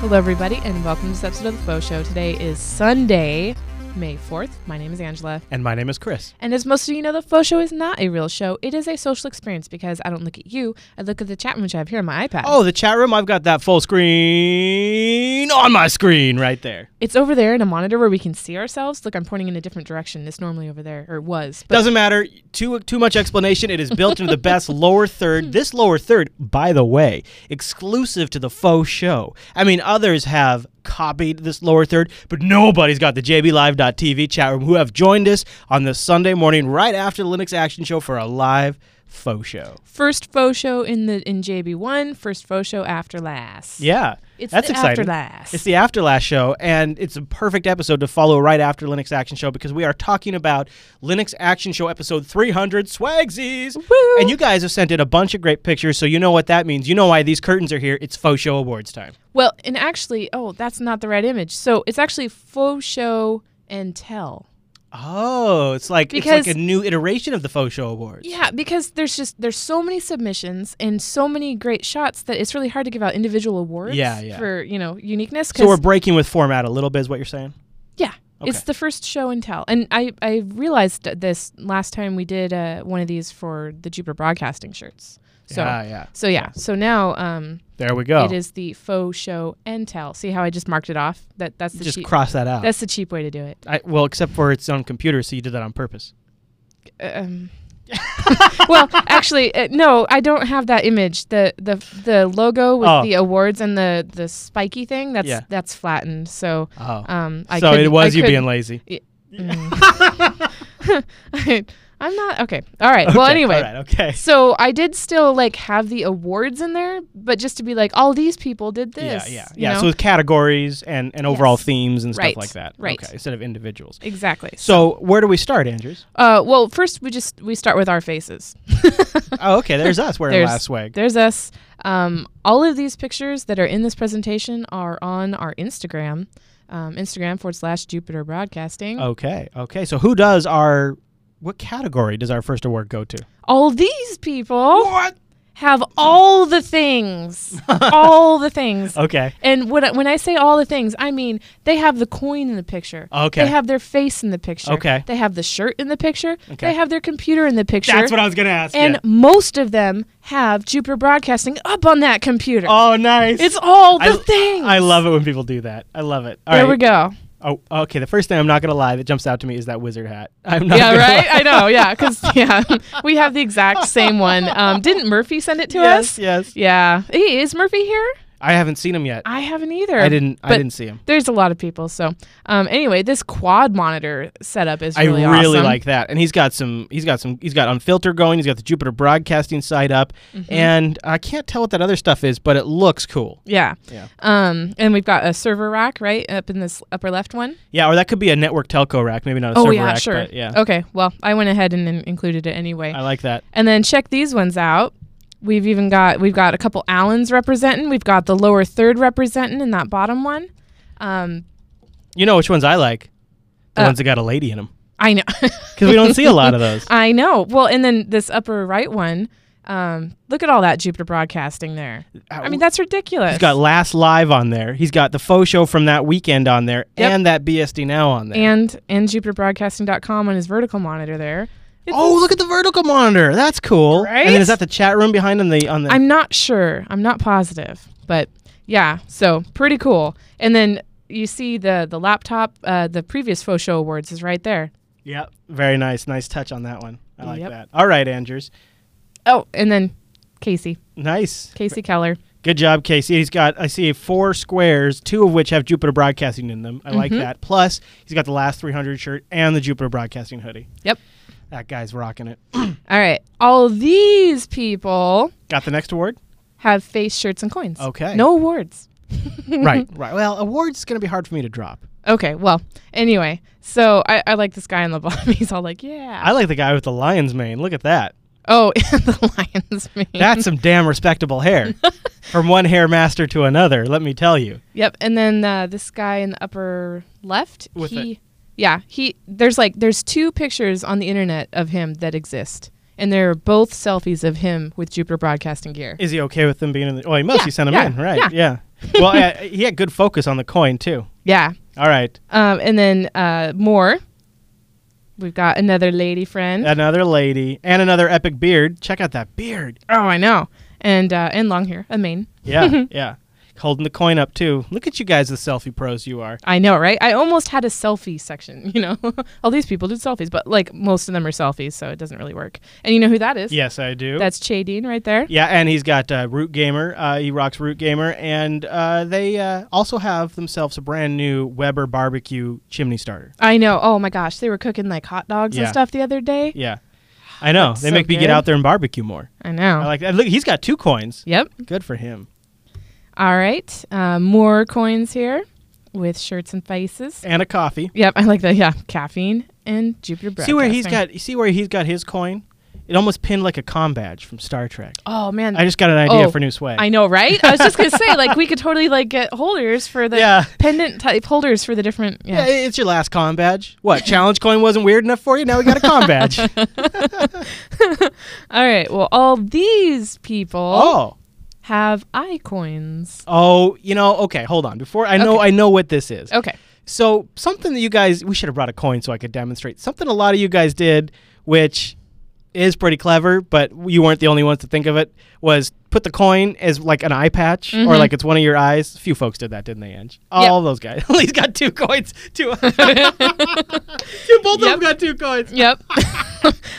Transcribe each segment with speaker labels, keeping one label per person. Speaker 1: Hello, everybody, and welcome to this episode of The Faux Show. Today is Sunday, May 4th. My name is Angela.
Speaker 2: And my name is Chris.
Speaker 1: And as most of you know, The Faux Show is not a real show. It is a social experience because I don't look at you, I look at the chat room which I have here on my iPad.
Speaker 2: Oh, the chat room. I've got that full screen on my screen right there.
Speaker 1: It's over there in a monitor where we can see ourselves. Look, I'm pointing in a different direction. It's normally over there, or was. But
Speaker 2: Doesn't matter. Too too much explanation. It is built into the best lower third. This lower third, by the way, exclusive to the faux show. I mean, others have copied this lower third, but nobody's got the JBLive.tv chat room who have joined us on this Sunday morning right after the Linux Action Show for a live faux show.
Speaker 1: first Faux Show in the in JB1, first Faux Show after last.
Speaker 2: Yeah.
Speaker 1: It's
Speaker 2: that's
Speaker 1: the
Speaker 2: exciting.
Speaker 1: afterlast.
Speaker 2: It's the afterlast show, and it's a perfect episode to follow right after Linux Action Show because we are talking about Linux Action Show episode 300 swagsies.
Speaker 1: Woo!
Speaker 2: And you guys have sent in a bunch of great pictures, so you know what that means. You know why these curtains are here. It's faux show awards time.
Speaker 1: Well, and actually, oh, that's not the right image. So it's actually Faux Show and Tell.
Speaker 2: Oh, it's like
Speaker 1: Because-
Speaker 2: it's like a new iteration of the faux show awards.
Speaker 1: Yeah, because there's just there's so many submissions and so many great shots that it's really hard to give out individual awards
Speaker 2: Yeah, yeah.
Speaker 1: for, you know, uniqueness.
Speaker 2: So
Speaker 1: 'cause-
Speaker 2: we're breaking with format a little bit, is what you're saying?
Speaker 1: yeah. It's
Speaker 2: Okay.
Speaker 1: the first show and tell. And I, I realized this last time we did uh, one of these for the Jupiter Broadcasting shirts. So
Speaker 2: yeah, Ah, Oh. yeah.
Speaker 1: so yeah. So now um,
Speaker 2: There we go.
Speaker 1: it is the faux show and tell. See how I just marked it off? That that's the
Speaker 2: Just
Speaker 1: cheap
Speaker 2: cross that out.
Speaker 1: that's the cheap way to do it.
Speaker 2: I, well, except for it's on computers, so you did that on purpose.
Speaker 1: um, well, actually, uh, no, I don't have that image. the the The logo with
Speaker 2: Oh.
Speaker 1: the awards and the the spiky thing that's
Speaker 2: Yeah.
Speaker 1: that's flattened. So,
Speaker 2: Oh.
Speaker 1: um, I
Speaker 2: so it
Speaker 1: couldn't-
Speaker 2: was
Speaker 1: I
Speaker 2: you
Speaker 1: couldn't-
Speaker 2: being lazy.
Speaker 1: Mm. I'm not okay. All right. Well,
Speaker 2: Okay,
Speaker 1: anyway.
Speaker 2: all right, okay.
Speaker 1: So I did still like have the awards in there, but just to be like, all these people did this.
Speaker 2: Yeah, yeah,
Speaker 1: you
Speaker 2: yeah.
Speaker 1: know?
Speaker 2: So with categories and and overall
Speaker 1: Yes.
Speaker 2: themes and stuff
Speaker 1: Right,
Speaker 2: like that.
Speaker 1: right.
Speaker 2: Okay, instead of individuals.
Speaker 1: exactly.
Speaker 2: So where do we start, Andrews?
Speaker 1: Uh, well, first we just we start with our faces.
Speaker 2: oh, okay. There's us wearing
Speaker 1: There's-
Speaker 2: last swag.
Speaker 1: There's us. Um, all of these pictures that are in this presentation are on our Instagram, um, Instagram forward slash Jupiter Broadcasting.
Speaker 2: Okay, okay. So who does our what category does our first award go to?
Speaker 1: All these people have all the things, all the things.
Speaker 2: Okay.
Speaker 1: And when I, when I say all the things, I mean they have the coin in the picture.
Speaker 2: Okay.
Speaker 1: They have their face in the picture.
Speaker 2: Okay.
Speaker 1: They have the shirt in the picture.
Speaker 2: Okay.
Speaker 1: They have their computer in the picture.
Speaker 2: That's what I was gonna ask.
Speaker 1: and
Speaker 2: yeah.
Speaker 1: most of them have Jupiter Broadcasting up on that computer.
Speaker 2: oh, nice.
Speaker 1: It's all the
Speaker 2: I,
Speaker 1: things.
Speaker 2: I love it when people do that. I love it. All right.
Speaker 1: there we go.
Speaker 2: Oh, okay. The first thing I'm not gonna lie that jumps out to me is that wizard hat. I'm not.
Speaker 1: yeah,
Speaker 2: gonna
Speaker 1: right.
Speaker 2: lie.
Speaker 1: I know. Yeah, because yeah, we have the exact same one. Um, didn't Murphy send it to
Speaker 2: Yes,
Speaker 1: us?
Speaker 2: yes.
Speaker 1: Yeah. Hey, is Murphy here?
Speaker 2: I haven't seen him yet.
Speaker 1: I haven't either.
Speaker 2: I didn't. I
Speaker 1: but
Speaker 2: didn't see him.
Speaker 1: There's a lot of people. So, um, anyway, this quad monitor setup is really
Speaker 2: I really
Speaker 1: awesome.
Speaker 2: like that. And he's got some he's got some he's got Unfilter going, he's got the Jupiter broadcasting side up.
Speaker 1: Mm-hmm.
Speaker 2: And I can't tell what that other stuff is, but it looks cool.
Speaker 1: Yeah.
Speaker 2: Yeah.
Speaker 1: Um, and we've got a server rack right up in this upper left one.
Speaker 2: Yeah, or that could be a network telco rack, maybe not a
Speaker 1: oh
Speaker 2: server
Speaker 1: yeah,
Speaker 2: rack,
Speaker 1: sure.
Speaker 2: but yeah.
Speaker 1: Okay. Well, I went ahead and, in- included it anyway.
Speaker 2: I like that.
Speaker 1: and then check these ones out. We've even got we've got a couple Allens representing. We've got the lower third representing in that bottom one. Um,
Speaker 2: You know which ones I like? The
Speaker 1: Uh,
Speaker 2: ones that got a lady in them.
Speaker 1: I know.
Speaker 2: Cuz we don't see a lot of those.
Speaker 1: I know. Well, and then this upper right one. Um, look at all that Jupiter broadcasting there. I mean, that's ridiculous.
Speaker 2: He's got Last Live on there. He's got the faux show from that weekend on there
Speaker 1: Yep.
Speaker 2: and that BSD now on there.
Speaker 1: and and JupiterBroadcasting.com on his vertical monitor there. It's-
Speaker 2: oh, look at the vertical monitor. That's cool. And
Speaker 1: Right?
Speaker 2: then is that the chat room behind on the on the
Speaker 1: I'm not sure. I'm not positive, but yeah. So pretty cool. And then you see the the laptop. Uh, the previous faux show awards is right there.
Speaker 2: Yep. Very nice. Nice touch on that one. I like
Speaker 1: Yep.
Speaker 2: that. All right, Andrews.
Speaker 1: Oh, and then Casey,
Speaker 2: Nice.
Speaker 1: Casey Keller.
Speaker 2: Good job, Casey. He's got I see four squares, two of which have Jupiter Broadcasting in them. I like
Speaker 1: Mm-hmm.
Speaker 2: that. Plus, he's got the last 300 shirt and the Jupiter Broadcasting hoodie.
Speaker 1: Yep.
Speaker 2: That guy's rocking it.
Speaker 1: All right. All these people
Speaker 2: Got the next award?
Speaker 1: have face shirts and coins.
Speaker 2: Okay.
Speaker 1: No awards.
Speaker 2: right. Right. Well, awards is going to be hard for me to drop.
Speaker 1: Okay. Well, anyway, so I, I like this guy on the bottom. He's all like, yeah.
Speaker 2: I like the guy with the lion's mane. Look at that.
Speaker 1: oh, the lion's mane.
Speaker 2: That's some damn respectable hair. From one hair master to another, let me tell you.
Speaker 1: Yep, and then uh, this guy in the upper left,
Speaker 2: With
Speaker 1: he, yeah, he. There's like there's two pictures on the internet of him that exist, and they're both selfies of him with Jupiter Broadcasting gear.
Speaker 2: Is he okay with them being in the? Well, he must.
Speaker 1: Yeah,
Speaker 2: he sent him
Speaker 1: yeah,
Speaker 2: in, right?
Speaker 1: yeah.
Speaker 2: Yeah. well, uh, he had good focus on the coin too.
Speaker 1: Yeah.
Speaker 2: All right,
Speaker 1: Um, and then uh, more. We've got another lady friend.
Speaker 2: another lady and another epic beard. Check out that beard.
Speaker 1: oh, I know. And uh, and long hair, a mane.
Speaker 2: Yeah, yeah. Holding the coin up too. Look at you guys, the selfie pros you are.
Speaker 1: I know, right? I almost had a selfie section. You know, all these people did selfies, but like most of them are selfies, so it doesn't really work. And you know who that is?
Speaker 2: Yes, I do.
Speaker 1: That's Che Dean right there.
Speaker 2: yeah, and he's got uh, Root Gamer. Uh, he rocks Root Gamer, and uh, they uh, also have themselves a brand new Weber barbecue chimney starter.
Speaker 1: I know. Oh my gosh, they were cooking like hot dogs and
Speaker 2: Yeah.
Speaker 1: stuff the other day.
Speaker 2: Yeah, I know.
Speaker 1: That's
Speaker 2: They
Speaker 1: so
Speaker 2: make me get
Speaker 1: good.
Speaker 2: out there and barbecue more.
Speaker 1: I know.
Speaker 2: I like that. Look, he's got two coins.
Speaker 1: yep.
Speaker 2: Good for him.
Speaker 1: All right. Um, more coins here with shirts and faces.
Speaker 2: And a coffee.
Speaker 1: Yep, I like that. Yeah, caffeine and Jupiter Broadcasting.
Speaker 2: See where he's got. You see where he's got his coin? It almost pinned like a com badge from Star Trek.
Speaker 1: Oh man,
Speaker 2: I just got an idea
Speaker 1: Oh,
Speaker 2: for new swag.
Speaker 1: I know, right? I was just gonna say, like, we could totally like get holders for the
Speaker 2: Yeah.
Speaker 1: pendant type holders for the different.
Speaker 2: Yeah,
Speaker 1: Yeah,
Speaker 2: i- it's your last com badge. What challenge coin wasn't weird enough for you? Now we got a com badge.
Speaker 1: All right. Well, all these people
Speaker 2: oh,
Speaker 1: have i coins.
Speaker 2: oh, you know. Okay, hold on. Before I know, I know what this is.
Speaker 1: Okay.
Speaker 2: So something that you guys, we should have brought a coin so I could demonstrate something. A lot of you guys did, which is pretty clever, but you weren't the only ones to think of it. Was put the coin as like an eye patch
Speaker 1: Mm-hmm.
Speaker 2: or like it's one of your eyes. A few folks did that, didn't they, Ange? All those guys. He's got two coins. Two. you both of them
Speaker 1: Yep.
Speaker 2: got two coins.
Speaker 1: Yep.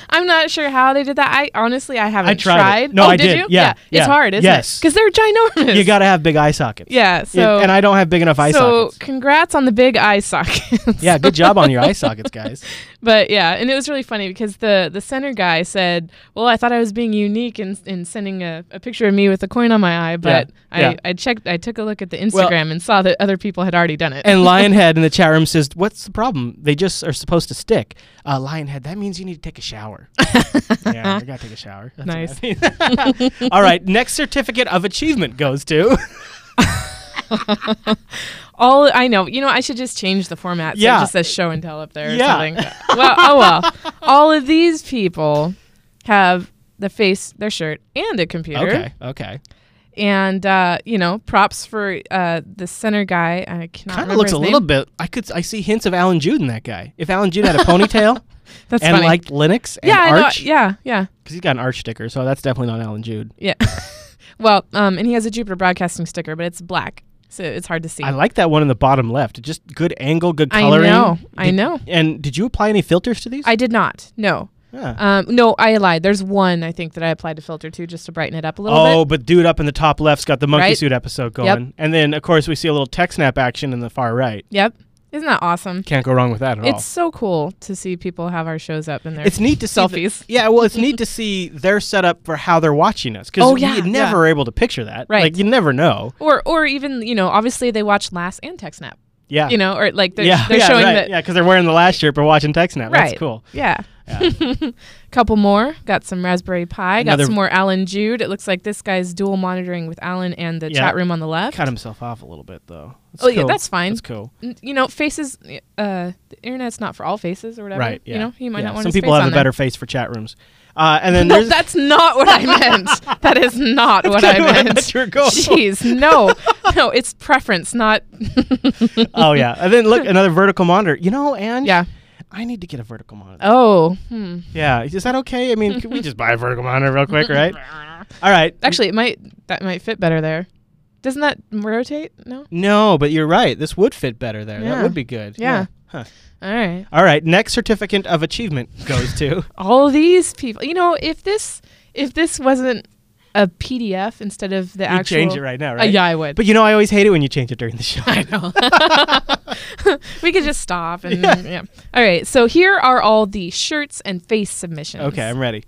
Speaker 1: I'm not sure how they did that. I honestly, I haven't
Speaker 2: tried it. No,
Speaker 1: oh,
Speaker 2: I
Speaker 1: did,
Speaker 2: did.
Speaker 1: you?
Speaker 2: Yeah, yeah.
Speaker 1: It's hard, isn't
Speaker 2: Yes.
Speaker 1: it? Because they're ginormous.
Speaker 2: You got to have big eye sockets.
Speaker 1: Yeah. So.
Speaker 2: and I don't have big enough eye
Speaker 1: so
Speaker 2: sockets.
Speaker 1: congrats on the big eye sockets.
Speaker 2: Yeah, good job on your eye sockets, guys.
Speaker 1: But yeah, and it was really funny because the the center guy said, "Well, I thought I was being unique in, in sending a, a picture of me with a coin on my eye, but I,
Speaker 2: yeah.
Speaker 1: I checked, I took a look at the Instagram
Speaker 2: Well-
Speaker 1: and saw that other people had already done it."
Speaker 2: And Lionhead in the chat room says, "What's the problem? They just are supposed to stick." Uh, Lionhead, that means you need to take a shower. yeah, I gotta take a shower. That's
Speaker 1: Nice.
Speaker 2: what I mean. All right, next certificate of achievement goes to
Speaker 1: All I know, you know, I should just change the format. So
Speaker 2: Yeah.
Speaker 1: it just says show and tell up there or
Speaker 2: Yeah.
Speaker 1: something. well, oh well. All of these people have the face, their shirt, and a computer.
Speaker 2: okay, okay.
Speaker 1: And uh, you know, props for uh, the center guy. I cannot
Speaker 2: Kind
Speaker 1: remember
Speaker 2: of looks
Speaker 1: his
Speaker 2: a
Speaker 1: name.
Speaker 2: little bit. I could I see hints of Alan Jude in that guy. If Alan Jude had a ponytail
Speaker 1: That's
Speaker 2: and
Speaker 1: funny.
Speaker 2: liked Linux and
Speaker 1: yeah, I know.
Speaker 2: Arch,
Speaker 1: Yeah, yeah.
Speaker 2: because he's got an Arch sticker, so that's definitely not Alan Jude.
Speaker 1: Yeah. well, um, and he has a Jupiter Broadcasting sticker, but it's black, so it's hard to see.
Speaker 2: I like that one in the bottom left. Just good angle, good
Speaker 1: I
Speaker 2: coloring.
Speaker 1: know, I
Speaker 2: Did-
Speaker 1: know.
Speaker 2: And did you apply any filters to these?
Speaker 1: I did not. No.
Speaker 2: Yeah.
Speaker 1: Um, no, I lied. There's one I think that I applied to filter to just to brighten it up a little
Speaker 2: Oh,
Speaker 1: bit.
Speaker 2: but dude up in the top left's got the monkey
Speaker 1: Right?
Speaker 2: suit episode going. And then, of course, we see a little tech snap action in the far right.
Speaker 1: Yep. Isn't that awesome?
Speaker 2: Can't go wrong with that at
Speaker 1: It's so cool to see people have our shows up in there.
Speaker 2: all. Oh. It's neat to see. the-
Speaker 1: selfies.
Speaker 2: yeah, well, it's neat to see their setup for how they're watching us because
Speaker 1: Oh, yeah,
Speaker 2: you never are able to picture that.
Speaker 1: Right.
Speaker 2: Like, you never know.
Speaker 1: or or even, you know, obviously they watch Last and TechSnap.
Speaker 2: Yeah.
Speaker 1: You know, or like they're,
Speaker 2: yeah,
Speaker 1: they're
Speaker 2: yeah,
Speaker 1: showing
Speaker 2: right.
Speaker 1: that
Speaker 2: Yeah, because they're wearing the last shirt but watching TechSnap.
Speaker 1: Right.
Speaker 2: That's cool.
Speaker 1: Yeah. Couple more. Got some Raspberry Pi. Got
Speaker 2: Another-
Speaker 1: some more Alan Jude. It looks like this guy's dual monitoring with Alan and the
Speaker 2: Yeah.
Speaker 1: chat room on the left.
Speaker 2: Cut himself off a little bit, though. That's
Speaker 1: Oh, yeah,
Speaker 2: cool.
Speaker 1: that's fine.
Speaker 2: That's cool.
Speaker 1: N- you know, faces. Uh, the internet's not for all faces or whatever.
Speaker 2: Right. Yeah.
Speaker 1: You know, he might
Speaker 2: Yeah,
Speaker 1: not want
Speaker 2: Some
Speaker 1: his
Speaker 2: people
Speaker 1: face
Speaker 2: have
Speaker 1: on
Speaker 2: a
Speaker 1: there.
Speaker 2: better face for chat rooms. Uh, and then
Speaker 1: No,
Speaker 2: there's.
Speaker 1: that's not what I meant. that is not what I
Speaker 2: kinda where I
Speaker 1: meant.
Speaker 2: thought you were going.
Speaker 1: Jeez, no, no, it's preference, not.
Speaker 2: oh, yeah. And then look, another vertical monitor. You know, and
Speaker 1: Yeah.
Speaker 2: I need to get a vertical monitor.
Speaker 1: Oh. Hmm.
Speaker 2: Yeah, is that okay? I mean, can we just buy a vertical monitor real quick, right? All right.
Speaker 1: Actually, it might. That might fit better there. Doesn't that rotate? No.
Speaker 2: No, but you're right. This would fit better there. That
Speaker 1: Yeah.
Speaker 2: would be good.
Speaker 1: Yeah.
Speaker 2: Huh.
Speaker 1: All right.
Speaker 2: All right. Next certificate of achievement goes to.
Speaker 1: all these people. You know, if this if this wasn't a PDF instead of the
Speaker 2: you
Speaker 1: actual,
Speaker 2: change it right now,
Speaker 1: Uh,
Speaker 2: right?
Speaker 1: yeah, I would.
Speaker 2: But you know, I always hate it when you change it during the show.
Speaker 1: I know. we could just stop and yeah. All right. So here are all the shirts and face submissions.
Speaker 2: Okay, I'm ready.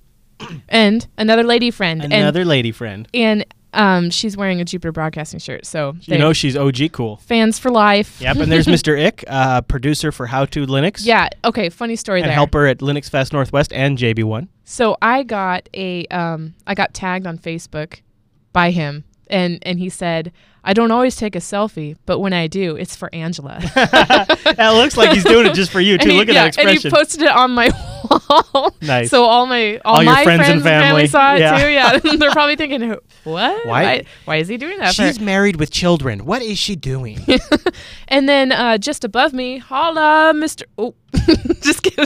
Speaker 1: And another lady friend.
Speaker 2: Another lady friend.
Speaker 1: And and um, she's wearing a Jupiter Broadcasting shirt. So
Speaker 2: You know, she's OG cool.
Speaker 1: fans for life.
Speaker 2: Yep. And there's Mr. Ick, uh, producer for How to Linux.
Speaker 1: Yeah. Okay. Funny story
Speaker 2: And
Speaker 1: there.
Speaker 2: helper at Linux Fest Northwest and JB1.
Speaker 1: So I got a um I got tagged on Facebook by him and and he said I don't always take a selfie, but when I do, it's for Angela.
Speaker 2: that looks like he's doing it just for you too.
Speaker 1: And he-
Speaker 2: Look at
Speaker 1: yeah,
Speaker 2: that expression.
Speaker 1: And he posted it on my wall.
Speaker 2: Nice.
Speaker 1: So all my all,
Speaker 2: All your
Speaker 1: my
Speaker 2: friends and family.
Speaker 1: saw it
Speaker 2: Yeah.
Speaker 1: too. Yeah. They're probably thinking, "Who- what?
Speaker 2: Why-
Speaker 1: Why? Why is he doing that? for her?"
Speaker 2: She's married with children. What is she doing?
Speaker 1: And then uh, just above me, holla, Mr. Oh, just kidding.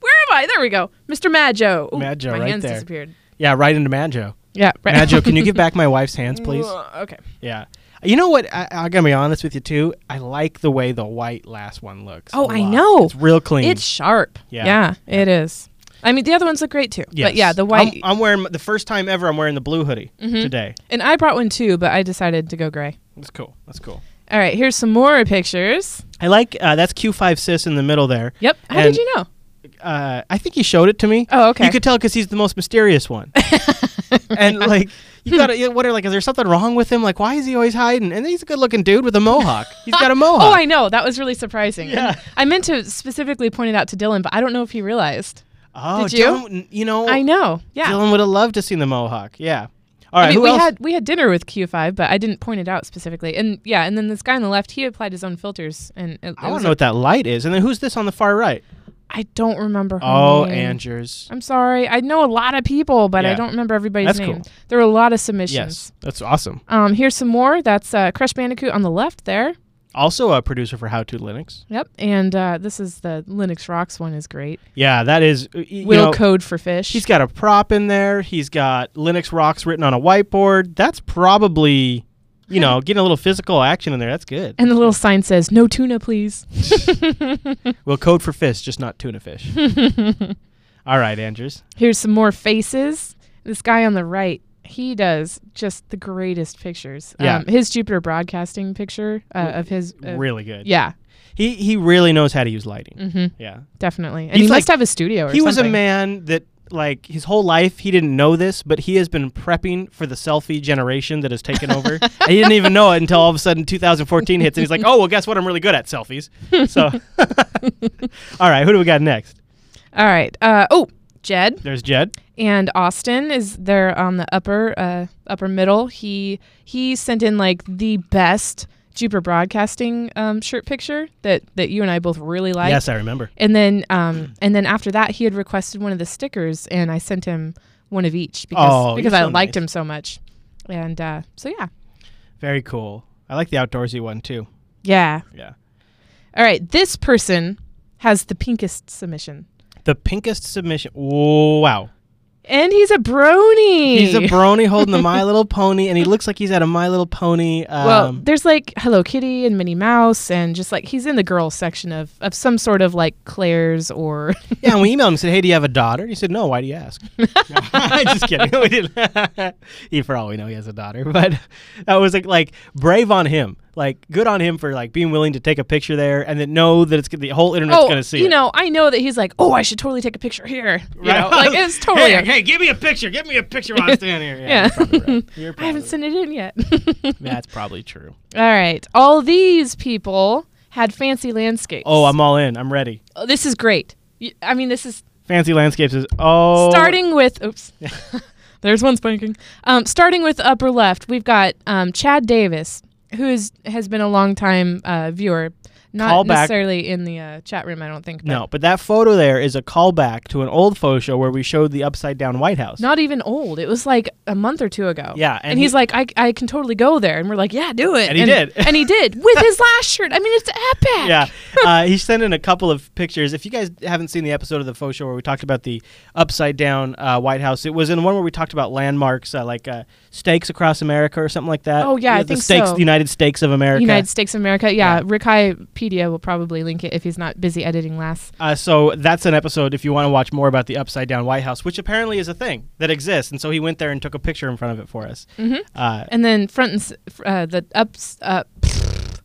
Speaker 1: Where am I? There we go. Mr. Maggio. Ooh,
Speaker 2: Maggio,
Speaker 1: my
Speaker 2: right
Speaker 1: hands
Speaker 2: there.
Speaker 1: disappeared.
Speaker 2: yeah, right into Maggio.
Speaker 1: Yeah, right.
Speaker 2: Maggio, can you give back my wife's hands, please?
Speaker 1: okay.
Speaker 2: Yeah. You know what? I, I'm gonna be honest with you too. I like the way the white last one looks.
Speaker 1: Oh,
Speaker 2: a
Speaker 1: I
Speaker 2: lot.
Speaker 1: know.
Speaker 2: It's real clean.
Speaker 1: It's sharp.
Speaker 2: Yeah.
Speaker 1: Yeah. it is. I mean, the other ones look great too.
Speaker 2: Yes. Um,
Speaker 1: But yeah, the
Speaker 2: I'm-
Speaker 1: white. Mm-hmm.
Speaker 2: I'm, wearing the first time ever. I'm wearing the blue hoodie today.
Speaker 1: and I brought one too, but I decided to go gray.
Speaker 2: That's cool. That's cool.
Speaker 1: All right, here's some more pictures.
Speaker 2: I like uh, that's Q5 sis in the middle there.
Speaker 1: Yep. How
Speaker 2: And-
Speaker 1: did you know?
Speaker 2: Uh, I think you showed it to me.
Speaker 1: Oh, okay.
Speaker 2: You could tell because he's the most mysterious one. and like, you gotta you wonder like, is there something wrong with him? Like, why is he always hiding? And he's a good-looking dude with a mohawk. He's got a mohawk.
Speaker 1: Oh, I know. That was really surprising. And
Speaker 2: Yeah.
Speaker 1: I meant to specifically point it out to Dylan, but I don't know if he realized.
Speaker 2: Oh,
Speaker 1: Did you?
Speaker 2: Dylan- you know,
Speaker 1: I know. Yeah.
Speaker 2: Dylan would have loved to see the mohawk. Yeah. All
Speaker 1: I
Speaker 2: right.
Speaker 1: mean,
Speaker 2: who
Speaker 1: we
Speaker 2: else?
Speaker 1: had we had dinner with Q5, but I didn't point it out specifically. And yeah, and then this guy on the left, he applied his own filters, and it, it
Speaker 2: I
Speaker 1: was
Speaker 2: don't know
Speaker 1: a-
Speaker 2: what that light is. And then who's this on the far right?
Speaker 1: I don't remember. Her
Speaker 2: Oh,
Speaker 1: name.
Speaker 2: Angers.
Speaker 1: I'm sorry. I know a lot of people, but
Speaker 2: Yeah.
Speaker 1: I don't remember everybody's
Speaker 2: That's
Speaker 1: name.
Speaker 2: cool.
Speaker 1: There were a lot of submissions.
Speaker 2: Yes, that's awesome.
Speaker 1: Um, here's some more. That's uh, Crush Bandicoot on the left there.
Speaker 2: Also a producer for How to Linux.
Speaker 1: Yep. And uh, this is the Linux Rocks one is great.
Speaker 2: Yeah, that is. y- You
Speaker 1: Will
Speaker 2: know,
Speaker 1: code for fish.
Speaker 2: He's got a prop in there. He's got Linux rocks written on a whiteboard. That's probably, you know, getting a little physical action in there. That's good.
Speaker 1: and the little sign says, "No tuna, please."
Speaker 2: We'll code for fish, just not tuna fish. All right, Andrews.
Speaker 1: Here's some more faces. This guy on the right, he does just the greatest pictures.
Speaker 2: Yeah.
Speaker 1: Um, his Jupiter Broadcasting picture uh, of his. Uh,
Speaker 2: really good.
Speaker 1: Yeah, Mm-hmm.
Speaker 2: He he really knows how to use lighting. Yeah.
Speaker 1: definitely. And
Speaker 2: He's
Speaker 1: he
Speaker 2: like-
Speaker 1: must have a studio or
Speaker 2: He was a
Speaker 1: something.
Speaker 2: man that like his whole life he didn't know this, but he has been prepping for the selfie generation that has taken over. and he didn't even know it until all of a sudden 2014 hits and he's like, "Oh, well guess what? I'm really good at selfies." So All right, who do we got next?
Speaker 1: All right. Uh, oh, Jed
Speaker 2: There's Jed.
Speaker 1: and Austin is there on the upper uh, upper middle. He he sent in like the best Jupiter Broadcasting um, shirt picture that that you and I both really like.
Speaker 2: yes, I remember.
Speaker 1: And then um and then after that he had requested one of the stickers and I sent him one of each because
Speaker 2: Oh,
Speaker 1: because
Speaker 2: you're
Speaker 1: I
Speaker 2: so
Speaker 1: liked
Speaker 2: nice.
Speaker 1: him so much. And uh, so yeah.
Speaker 2: Very cool. I like the outdoorsy one too.
Speaker 1: Yeah.
Speaker 2: Yeah.
Speaker 1: All right, this person has the pinkest submission.
Speaker 2: The pinkest submission. Oh, wow.
Speaker 1: And he's a brony.
Speaker 2: He's a brony holding the My Little Pony, and he looks like he's at a My Little Pony. Um,
Speaker 1: well, there's like Hello Kitty and Minnie Mouse, and just like he's in the girls section of, of some sort of like Claire's or
Speaker 2: yeah, and we emailed him and said, Hey, do you have a daughter? And he said, No, why do you ask? No, Just kidding. We didn't. he, for all we know, he has a daughter. But that was like, like brave on him. Like, good on him for like being willing to take a picture there and then know that it's gonna- the whole internet's
Speaker 1: oh,
Speaker 2: going to see
Speaker 1: you
Speaker 2: it.
Speaker 1: know, I know that he's like, oh, I should totally take a picture here. You know, like it's totally.
Speaker 2: hey, hey, give me a picture. Give me a picture while I'm standing here.
Speaker 1: Yeah.
Speaker 2: you're probably right. You're
Speaker 1: I haven't
Speaker 2: probably-
Speaker 1: sent it in yet.
Speaker 2: That's probably true.
Speaker 1: All right. All these people had fancy landscapes.
Speaker 2: Oh, I'm all in. I'm ready.
Speaker 1: Oh, this is great. Y- I mean, this is
Speaker 2: Fancy landscapes is oh
Speaker 1: starting with. Oops. There's one spanking. Um, starting with upper left, we've got um, Chad Davis, who is, has been a long time uh, viewer. Not
Speaker 2: Call back.
Speaker 1: necessarily in the uh, chat room, I don't think. but
Speaker 2: No, but that photo there is a callback to an old photo show where we showed the upside down White House.
Speaker 1: Not even old. It was like a month or two ago.
Speaker 2: Yeah, and
Speaker 1: And, he's
Speaker 2: he-
Speaker 1: like, I, I can totally go there. And we're like, yeah, do it.
Speaker 2: And he did.
Speaker 1: and he did with his last shirt. I mean, it's epic.
Speaker 2: Yeah, uh, he sent in a couple of pictures. If you guys haven't seen the episode of the faux show where we talked about the upside down uh, White House, it was in one where we talked about landmarks uh, like uh, stakes across America or something like that.
Speaker 1: Oh, yeah, I
Speaker 2: the
Speaker 1: think
Speaker 2: stakes,
Speaker 1: so.
Speaker 2: The United Stakes of America.
Speaker 1: United States of America. Yeah,
Speaker 2: Yeah.
Speaker 1: Rickipedia will probably link it if he's not busy editing last.
Speaker 2: Uh, so that's an episode if you want to watch more about the upside down White House, which apparently is a thing that exists. And so he went there and took a picture in front of it for us. Mm-hmm. Uh,
Speaker 1: And then front and s- f- uh, the ups uh,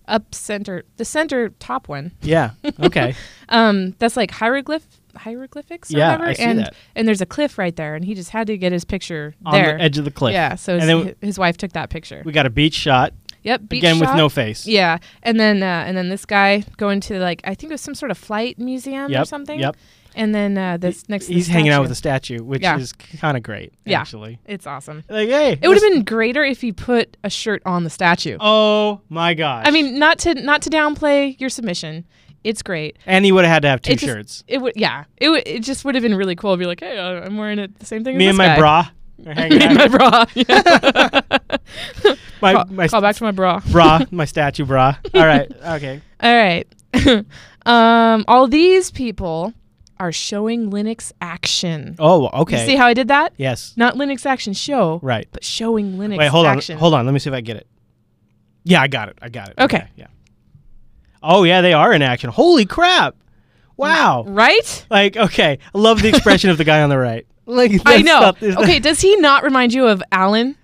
Speaker 1: up center, the center top one.
Speaker 2: yeah. Okay.
Speaker 1: Um, that's like hieroglyph hieroglyphics. Or
Speaker 2: Yeah,
Speaker 1: whatever.
Speaker 2: I see
Speaker 1: and
Speaker 2: that.
Speaker 1: and there's a cliff right there, and he just had to get his picture
Speaker 2: On
Speaker 1: there.
Speaker 2: the edge of the cliff.
Speaker 1: Yeah, so
Speaker 2: and
Speaker 1: his,
Speaker 2: then
Speaker 1: his wife took that picture.
Speaker 2: we got a beach shot.
Speaker 1: Yep. Beach
Speaker 2: Again with
Speaker 1: shot.
Speaker 2: no face.
Speaker 1: Yeah, and then uh, and then this guy going to like I think it was some sort of flight museum or
Speaker 2: Yep,
Speaker 1: something.
Speaker 2: yep.
Speaker 1: And then uh, this next to the
Speaker 2: He's hanging out with a
Speaker 1: statue.
Speaker 2: statue, which
Speaker 1: Yeah.
Speaker 2: is kind of great,
Speaker 1: Yeah.
Speaker 2: actually.
Speaker 1: It's awesome.
Speaker 2: Like, hey,
Speaker 1: It would have been greater if he put a shirt on the statue.
Speaker 2: Oh my gosh!
Speaker 1: I mean, not to not to downplay your submission. It's great.
Speaker 2: and he would have had to have two
Speaker 1: It just-
Speaker 2: shirts.
Speaker 1: It would yeah. It would it just would have been really cool. to Be like, hey, uh, I'm wearing it the same thing.
Speaker 2: Me
Speaker 1: as
Speaker 2: and
Speaker 1: this
Speaker 2: my
Speaker 1: guy.
Speaker 2: bra are hanging
Speaker 1: Me and
Speaker 2: out.
Speaker 1: my bra. Yeah.
Speaker 2: My,
Speaker 1: call,
Speaker 2: my
Speaker 1: call back to my bra.
Speaker 2: bra, my statue bra. All right, okay.
Speaker 1: All right. um, all these people are showing Linux action.
Speaker 2: Oh, okay.
Speaker 1: You see how I did that?
Speaker 2: yes,
Speaker 1: Not Linux action show,
Speaker 2: right.
Speaker 1: but showing Linux
Speaker 2: Wait, hold
Speaker 1: action.
Speaker 2: on, hold on. Let me see if I get it. Yeah, I got it. I got it.
Speaker 1: Okay.
Speaker 2: yeah. Oh yeah, they are in action. Holy crap! Wow.
Speaker 1: Right?
Speaker 2: Like, okay, I love the expression of the guy on the right. Like,
Speaker 1: I
Speaker 2: that
Speaker 1: know.
Speaker 2: stuff is-
Speaker 1: okay, does he not remind you of Alan?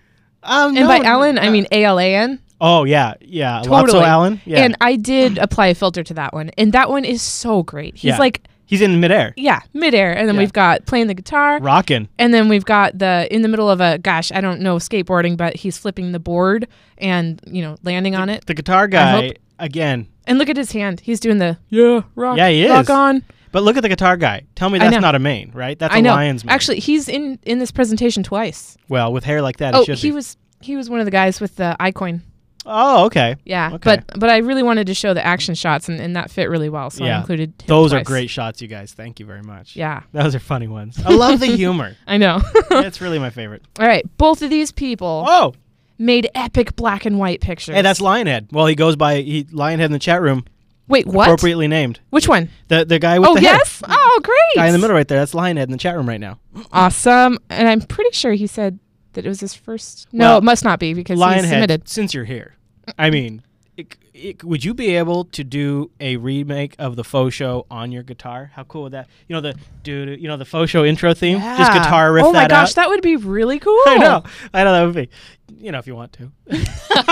Speaker 2: Um,
Speaker 1: And
Speaker 2: no,
Speaker 1: by Alan, I
Speaker 2: no.
Speaker 1: mean A L A N.
Speaker 2: Oh yeah, yeah.
Speaker 1: Totally.
Speaker 2: Lotso Allen. Yeah.
Speaker 1: And I did apply a filter to that one, and that one is so great. He's
Speaker 2: Yeah.
Speaker 1: like,
Speaker 2: He's in midair,
Speaker 1: yeah, midair, and then
Speaker 2: Yeah.
Speaker 1: we've got playing the guitar,
Speaker 2: rocking.
Speaker 1: and then we've got the in the middle of a gosh, I don't know skateboarding, but he's flipping the board and you know landing on it.
Speaker 2: The guitar
Speaker 1: hope-
Speaker 2: guy again.
Speaker 1: And look at his hand. He's doing the yeah rock.
Speaker 2: Yeah, he
Speaker 1: Rock
Speaker 2: is.
Speaker 1: on.
Speaker 2: But look at the guitar guy. Tell me
Speaker 1: I know.
Speaker 2: that's not a main, right? That's
Speaker 1: I
Speaker 2: a
Speaker 1: know.
Speaker 2: lion's mane.
Speaker 1: Actually, he's in in this presentation twice.
Speaker 2: well, with hair like that,
Speaker 1: oh,
Speaker 2: it should
Speaker 1: he
Speaker 2: be.
Speaker 1: was he was one of the guys with the iCoin.
Speaker 2: oh, okay.
Speaker 1: Yeah,
Speaker 2: Okay.
Speaker 1: but but I really wanted to show the action shots, and, and that fit really well, so I
Speaker 2: Yeah.
Speaker 1: included him
Speaker 2: Those are
Speaker 1: twice.
Speaker 2: great shots, you guys. Thank you very much.
Speaker 1: Yeah,
Speaker 2: Those are funny ones. I love the humor.
Speaker 1: I know.
Speaker 2: That's really my favorite.
Speaker 1: All right, both of these people
Speaker 2: Oh,
Speaker 1: made epic black and white pictures.
Speaker 2: hey, that's Lionhead. Well, he goes by he, Lionhead in the chat room.
Speaker 1: wait what?
Speaker 2: Appropriately named.
Speaker 1: Which one?
Speaker 2: The the guy with
Speaker 1: Oh
Speaker 2: the hair.
Speaker 1: yes, oh great.
Speaker 2: Guy in the middle right there. That's Lionhead in the chat room right now.
Speaker 1: Awesome, and I'm pretty sure he said that it was his first. No,
Speaker 2: Well,
Speaker 1: it must not be because he submitted.
Speaker 2: Lionhead, since you're here, I mean, it, it, would you be able to do a remake of the faux show on your guitar? How cool would that? You know the do do- you know the faux show intro theme? Just
Speaker 1: Yeah.
Speaker 2: guitar riff
Speaker 1: Oh my
Speaker 2: that
Speaker 1: gosh,
Speaker 2: out.
Speaker 1: that would be really cool.
Speaker 2: I know. I know that would be. You know, if you want to.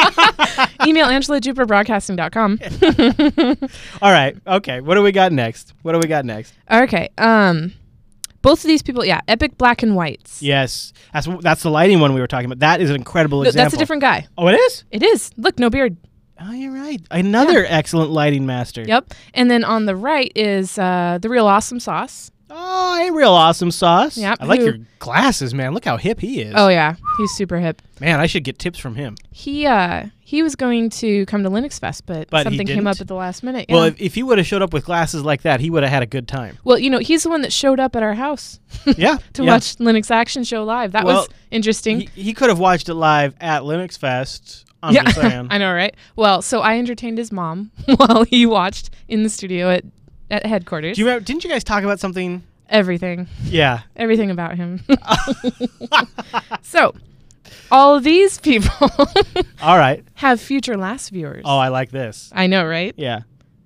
Speaker 1: Email Angela at jupiterbroadcasting.com.
Speaker 2: All right. Okay. What do we got next? What do we got next?
Speaker 1: okay. Um, both of these people, yeah, epic black and whites.
Speaker 2: Yes, that's that's the lighting one we were talking about. That is an incredible
Speaker 1: No,
Speaker 2: example.
Speaker 1: that's a different guy.
Speaker 2: Oh, it is.
Speaker 1: It is. Look, no beard.
Speaker 2: Oh, you're right. Another excellent lighting master.
Speaker 1: Yep. And then on the right is uh, the real awesome sauce.
Speaker 2: Oh, hey, real awesome sauce.
Speaker 1: Yep,
Speaker 2: I like
Speaker 1: who-
Speaker 2: your glasses, man. Look how hip he is.
Speaker 1: Oh yeah, he's super hip.
Speaker 2: Man, I should get tips from him.
Speaker 1: He uh he was going to come to Linux Fest, but,
Speaker 2: But he
Speaker 1: something came
Speaker 2: didn't?
Speaker 1: up at the last minute.
Speaker 2: Well,
Speaker 1: yeah.
Speaker 2: if, if he would have showed up with glasses like that, he would have had a good time.
Speaker 1: well, you know, he's the one that showed up at our house
Speaker 2: Yeah.
Speaker 1: to
Speaker 2: yeah.
Speaker 1: watch Linux Action Show live. That was
Speaker 2: Well,
Speaker 1: interesting.
Speaker 2: He, he could have watched it live at Linux Fest. I'm just saying.
Speaker 1: I know, right? Well, so I entertained his mom while he watched in the studio at, at headquarters.
Speaker 2: Do you remember, didn't you guys talk about something?
Speaker 1: everything,
Speaker 2: Yeah.
Speaker 1: everything about him. so, all of these people
Speaker 2: All right.
Speaker 1: have future last viewers.
Speaker 2: Oh, I like this.
Speaker 1: I know, right?
Speaker 2: Yeah.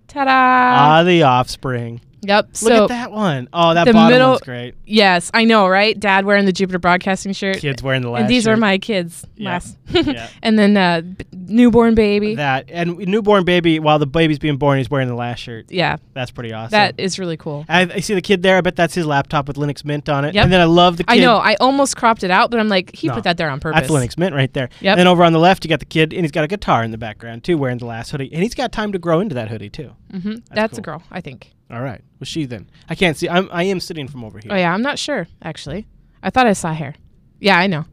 Speaker 1: Ta-da!
Speaker 2: Ah, the offspring.
Speaker 1: yep.
Speaker 2: Look
Speaker 1: Uh, So,
Speaker 2: at that one. Oh, that
Speaker 1: the
Speaker 2: bottom
Speaker 1: middle-
Speaker 2: one's great.
Speaker 1: yes, I know, right? Dad wearing the Jupiter Broadcasting shirt.
Speaker 2: Kids wearing the last.
Speaker 1: and these are
Speaker 2: shirt.
Speaker 1: my kids.
Speaker 2: Yeah.
Speaker 1: Last.
Speaker 2: Yeah.
Speaker 1: And then uh, b- newborn baby.
Speaker 2: that and newborn baby. While the baby's being born, he's wearing the last shirt.
Speaker 1: yeah,
Speaker 2: That's pretty awesome.
Speaker 1: that is really cool.
Speaker 2: I, I see the kid there. I bet that's his laptop with Linux Mint on it.
Speaker 1: Yep.
Speaker 2: And then I love the kid.
Speaker 1: I know. I almost cropped it out, but I'm like, he
Speaker 2: No,
Speaker 1: put that there on purpose.
Speaker 2: That's Linux Mint right there.
Speaker 1: Yep.
Speaker 2: And then over on the left, you got the kid, and he's got a guitar in the background too, wearing the last hoodie, and he's got time to grow into that hoodie too.
Speaker 1: hmm That's, a
Speaker 2: cool.
Speaker 1: girl, I think.
Speaker 2: All right, was she then? I can't see. I'm I am sitting from over here.
Speaker 1: Oh yeah, I'm not sure actually. I thought I saw hair. Yeah, I know.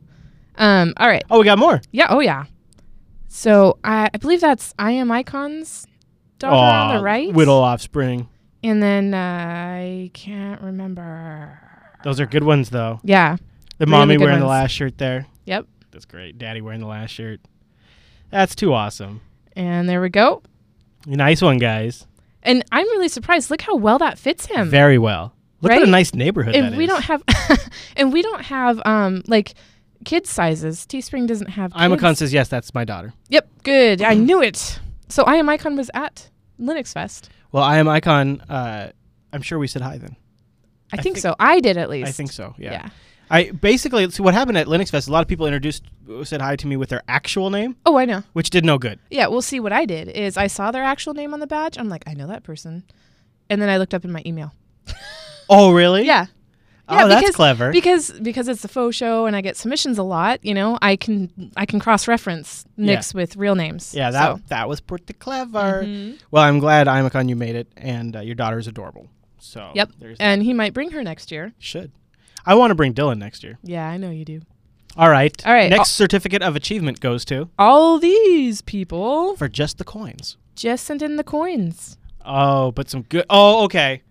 Speaker 1: Um, all right.
Speaker 2: Oh, we got more.
Speaker 1: Yeah. Oh yeah. So I, I believe that's I am icons daughter on
Speaker 2: Aw,
Speaker 1: the right,
Speaker 2: Whittle offspring.
Speaker 1: and then uh, I can't remember.
Speaker 2: Those are good ones though.
Speaker 1: Yeah.
Speaker 2: The
Speaker 1: Really
Speaker 2: mommy
Speaker 1: good
Speaker 2: wearing the
Speaker 1: ones.
Speaker 2: last shirt there.
Speaker 1: Yep.
Speaker 2: That's great. Daddy wearing the last shirt. That's too awesome.
Speaker 1: And there we go.
Speaker 2: Nice one, guys.
Speaker 1: And I'm really surprised. Look how well that fits him.
Speaker 2: Very well. Look at
Speaker 1: Right?
Speaker 2: a nice neighborhood that
Speaker 1: and we
Speaker 2: is.
Speaker 1: don't have, and we don't have um like kid sizes. Teespring doesn't have.
Speaker 2: I'm a
Speaker 1: kids.
Speaker 2: con says yes. That's my daughter.
Speaker 1: Yep, good. I knew it. So I am Icon was at Linux Fest.
Speaker 2: Well, I am icon. Uh, I'm sure we said hi then.
Speaker 1: I,
Speaker 2: I
Speaker 1: think,
Speaker 2: think-
Speaker 1: so. I did at least.
Speaker 2: I think so. Yeah.
Speaker 1: Yeah.
Speaker 2: I basically see what happened at Linux Fest. A lot of people introduced said hi to me with their actual name,
Speaker 1: Oh, I know.
Speaker 2: which did no good.
Speaker 1: Yeah. Well, see, what I did is I saw their actual name on the badge. I'm like, I know that person, and then I looked up in my email.
Speaker 2: Oh, really?
Speaker 1: Yeah.
Speaker 2: oh, that's clever.
Speaker 1: Because because it's a faux show and I get submissions a lot, you know, I can I can cross reference Nick's with real names.
Speaker 2: yeah, that
Speaker 1: So, Mm-hmm.
Speaker 2: that was pretty clever. Well, I'm glad Imacon you made it, and uh, your daughter is adorable. So
Speaker 1: yep. Eh.
Speaker 2: there's that.
Speaker 1: And he might bring her next year.
Speaker 2: should. I want to bring Dylan next year.
Speaker 1: Yeah, I know you do.
Speaker 2: All right.
Speaker 1: All right, Oh.
Speaker 2: Next
Speaker 1: I'll-
Speaker 2: certificate of achievement goes to
Speaker 1: All these people
Speaker 2: for just the coins.
Speaker 1: just sent in the coins.
Speaker 2: Oh, but some good. Oh, okay.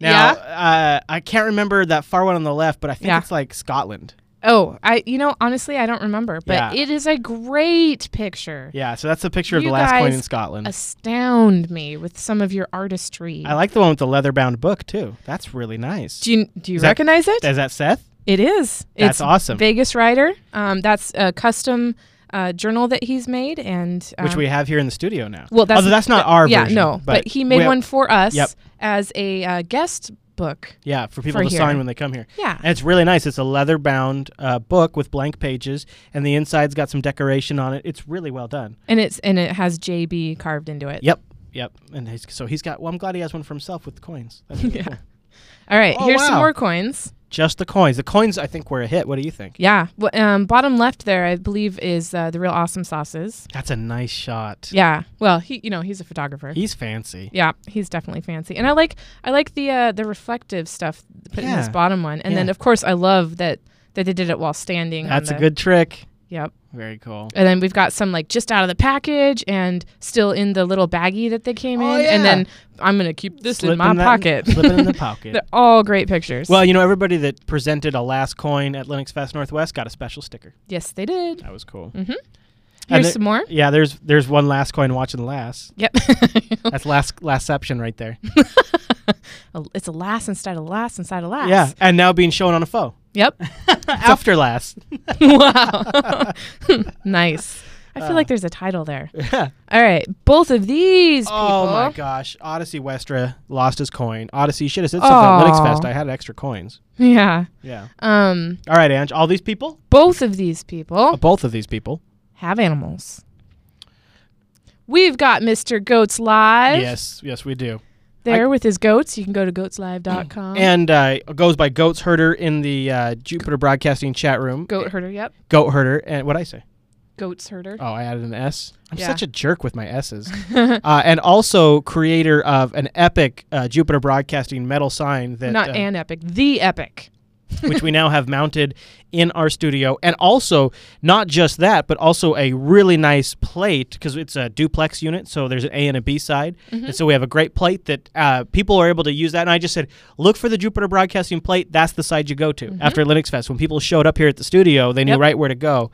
Speaker 2: Now
Speaker 1: Yeah?
Speaker 2: uh, I can't remember that far one on the left, but I think
Speaker 1: Yeah.
Speaker 2: it's like Scotland.
Speaker 1: Oh, I you know, honestly I don't remember, but
Speaker 2: Yeah.
Speaker 1: it is a great picture.
Speaker 2: Yeah. So that's the picture of
Speaker 1: You
Speaker 2: the last coin
Speaker 1: guys-
Speaker 2: in Scotland.
Speaker 1: Astound me with some of your artistry.
Speaker 2: I like the one with the leather-bound book too. That's really nice.
Speaker 1: do you do you
Speaker 2: Is that-
Speaker 1: recognize it?
Speaker 2: Is that Seth?
Speaker 1: It is.
Speaker 2: That's
Speaker 1: it's
Speaker 2: awesome.
Speaker 1: Vegas Rider. Um, that's a custom uh, journal that he's made, and um,
Speaker 2: Which we have here in the studio now.
Speaker 1: well, that's
Speaker 2: Although that's not our
Speaker 1: yeah,
Speaker 2: version,
Speaker 1: no, but, he made
Speaker 2: we-
Speaker 1: one for us
Speaker 2: Yep.
Speaker 1: as a uh, guest book.
Speaker 2: Yeah, for people
Speaker 1: for
Speaker 2: to sign
Speaker 1: here.
Speaker 2: when they come here.
Speaker 1: Yeah,
Speaker 2: And it's really nice. It's a leather-bound uh, book with blank pages, and the inside's got some decoration on it. It's really well done.
Speaker 1: and it's and it has JB carved into it.
Speaker 2: Yep, yep. And he's, so he's got. Well, I'm glad he has one for himself with the coins. That's really
Speaker 1: Yeah.
Speaker 2: cool.
Speaker 1: All right,
Speaker 2: Oh,
Speaker 1: here's some
Speaker 2: wow.
Speaker 1: more coins.
Speaker 2: Just the coins. The coins, I think, were a hit. What do you think?
Speaker 1: Yeah, well, um, bottom left there, I believe, is uh, the real awesome sauces.
Speaker 2: That's a nice shot.
Speaker 1: Yeah, well, he you know he's a photographer.
Speaker 2: He's fancy.
Speaker 1: yeah, he's definitely fancy, and I like I like the uh, the reflective stuff put in this
Speaker 2: Yeah.
Speaker 1: bottom one, and then
Speaker 2: Yeah.
Speaker 1: of course I love that that they did it while standing. on
Speaker 2: That's a
Speaker 1: the-
Speaker 2: good trick.
Speaker 1: Yep.
Speaker 2: Very cool.
Speaker 1: And then we've got some like just out of the package and still in the little baggie that they came
Speaker 2: Oh,
Speaker 1: in. And
Speaker 2: yeah.
Speaker 1: then I'm going to keep this in
Speaker 2: Slipping
Speaker 1: my
Speaker 2: that
Speaker 1: pocket.
Speaker 2: slip it in the pocket.
Speaker 1: They're all great pictures.
Speaker 2: Well, you know, everybody that presented a last coin at Linux Fest Northwest got a special sticker.
Speaker 1: yes, they did.
Speaker 2: That was cool.
Speaker 1: Mm-hmm.
Speaker 2: And
Speaker 1: Here's
Speaker 2: the-
Speaker 1: some more.
Speaker 2: Yeah, there's there's one last coin watching the last.
Speaker 1: Yep.
Speaker 2: That's last lastception right there.
Speaker 1: A- it's a last instead of last inside of last.
Speaker 2: Yeah, and now being shown on a foe
Speaker 1: Yep.
Speaker 2: after last.
Speaker 1: wow. nice. I feel
Speaker 2: Uh.
Speaker 1: like there's a title there. All right. Both of these people.
Speaker 2: Oh my gosh, Odyssey Westra lost his coin. Odyssey should have said something at Linux
Speaker 1: Aw.
Speaker 2: Fest. I had extra coins.
Speaker 1: Yeah.
Speaker 2: Yeah.
Speaker 1: Um,
Speaker 2: All right, Ange. All these people,
Speaker 1: both of these people.
Speaker 2: Uh, both of these people.
Speaker 1: have animals. We've got Mr. Goats Live
Speaker 2: Yes, yes, we do.
Speaker 1: there with his goats. You can go to goatslive.com.
Speaker 2: And uh, goes by Goats Herder in the uh, Jupiter Broadcasting chat room.
Speaker 1: goat herder, yep.
Speaker 2: Goat Herder. And what I say?
Speaker 1: Goats herder.
Speaker 2: Oh, I added an S. I'm
Speaker 1: Yeah.
Speaker 2: such a jerk with my S's. uh, and also creator of an epic uh, Jupiter Broadcasting metal sign that
Speaker 1: Not
Speaker 2: uh,
Speaker 1: an epic, the epic.
Speaker 2: which we now have mounted in our studio. And also, not just that, but also a really nice plate because it's a duplex unit. So there's an A and a B side.
Speaker 1: Mm-hmm.
Speaker 2: And so we have a great plate that uh, people are able to use that. And I just said, look for the Jupiter Broadcasting plate. That's the side you go to after Linux Fest. When people showed up here at the studio, they knew
Speaker 1: Mm-hmm. Yep.
Speaker 2: right where to go.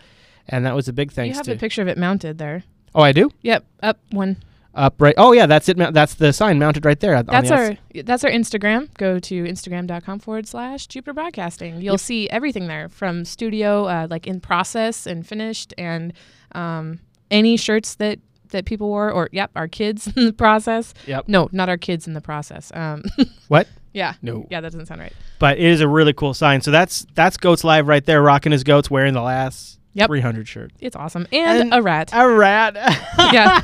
Speaker 2: And that was a big
Speaker 1: You
Speaker 2: thanks
Speaker 1: have
Speaker 2: to.
Speaker 1: a picture of it mounted there.
Speaker 2: oh, I do?
Speaker 1: Yep, up one.
Speaker 2: Up right. Oh, yeah, that's it. mou- That's the sign mounted right there. on the
Speaker 1: That's
Speaker 2: outside.
Speaker 1: our that's our Instagram. Go to instagram.com forward slash Jupiter Broadcasting. You'll see everything there from studio, uh, like in process and finished, and um, any shirts that that people wore, or yep, our kids in the process.
Speaker 2: Yep.
Speaker 1: No, not our kids in the process. Um,
Speaker 2: What?
Speaker 1: yeah.
Speaker 2: No.
Speaker 1: Yeah, that doesn't sound right.
Speaker 2: But it is a really cool sign. So that's that's Goats Live right there, rocking his goats, wearing the last
Speaker 1: Yep.
Speaker 2: 300 shirt.
Speaker 1: It's awesome. And,
Speaker 2: And-
Speaker 1: a rat.
Speaker 2: A rat.
Speaker 1: yeah.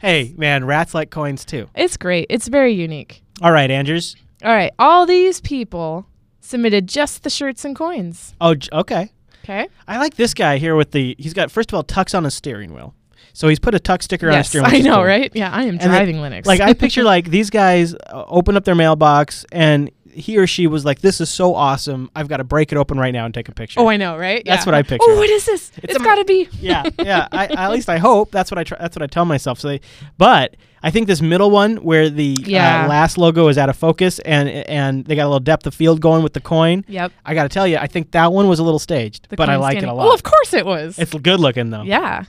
Speaker 2: hey, man, rats like coins too.
Speaker 1: It's great. It's very unique.
Speaker 2: All right, Andrews.
Speaker 1: All right. All these people submitted just the shirts and coins.
Speaker 2: Oh, j- okay.
Speaker 1: Okay.
Speaker 2: I like this guy here with the. He's got first of all tucks on his steering wheel, so he's put a tuck sticker on his
Speaker 1: Yes,
Speaker 2: steering wheel.
Speaker 1: I
Speaker 2: which is
Speaker 1: know,
Speaker 2: cool.
Speaker 1: right? Yeah, I am
Speaker 2: then,
Speaker 1: driving Linux.
Speaker 2: Like I picture like these guys uh, open up their mailbox and he or she was like, "This is so awesome! I've got to break it open right now and take a picture."
Speaker 1: Oh, I know, right?
Speaker 2: That's what I picture.
Speaker 1: Oh, what is this?
Speaker 2: It's
Speaker 1: it's
Speaker 2: a-
Speaker 1: got to be.
Speaker 2: yeah, yeah. I, at least I hope that's what I try, that's what I tell myself. So, they, but I think this middle one where the
Speaker 1: Yeah.
Speaker 2: uh, last logo is out of focus and and they got a little depth of field going with the coin.
Speaker 1: Yep.
Speaker 2: I got to tell you, I think that one was a little staged,
Speaker 1: the
Speaker 2: but I
Speaker 1: coin
Speaker 2: like it a
Speaker 1: standing.
Speaker 2: lot.
Speaker 1: Oh, of course it was.
Speaker 2: It's good looking though.
Speaker 1: yeah.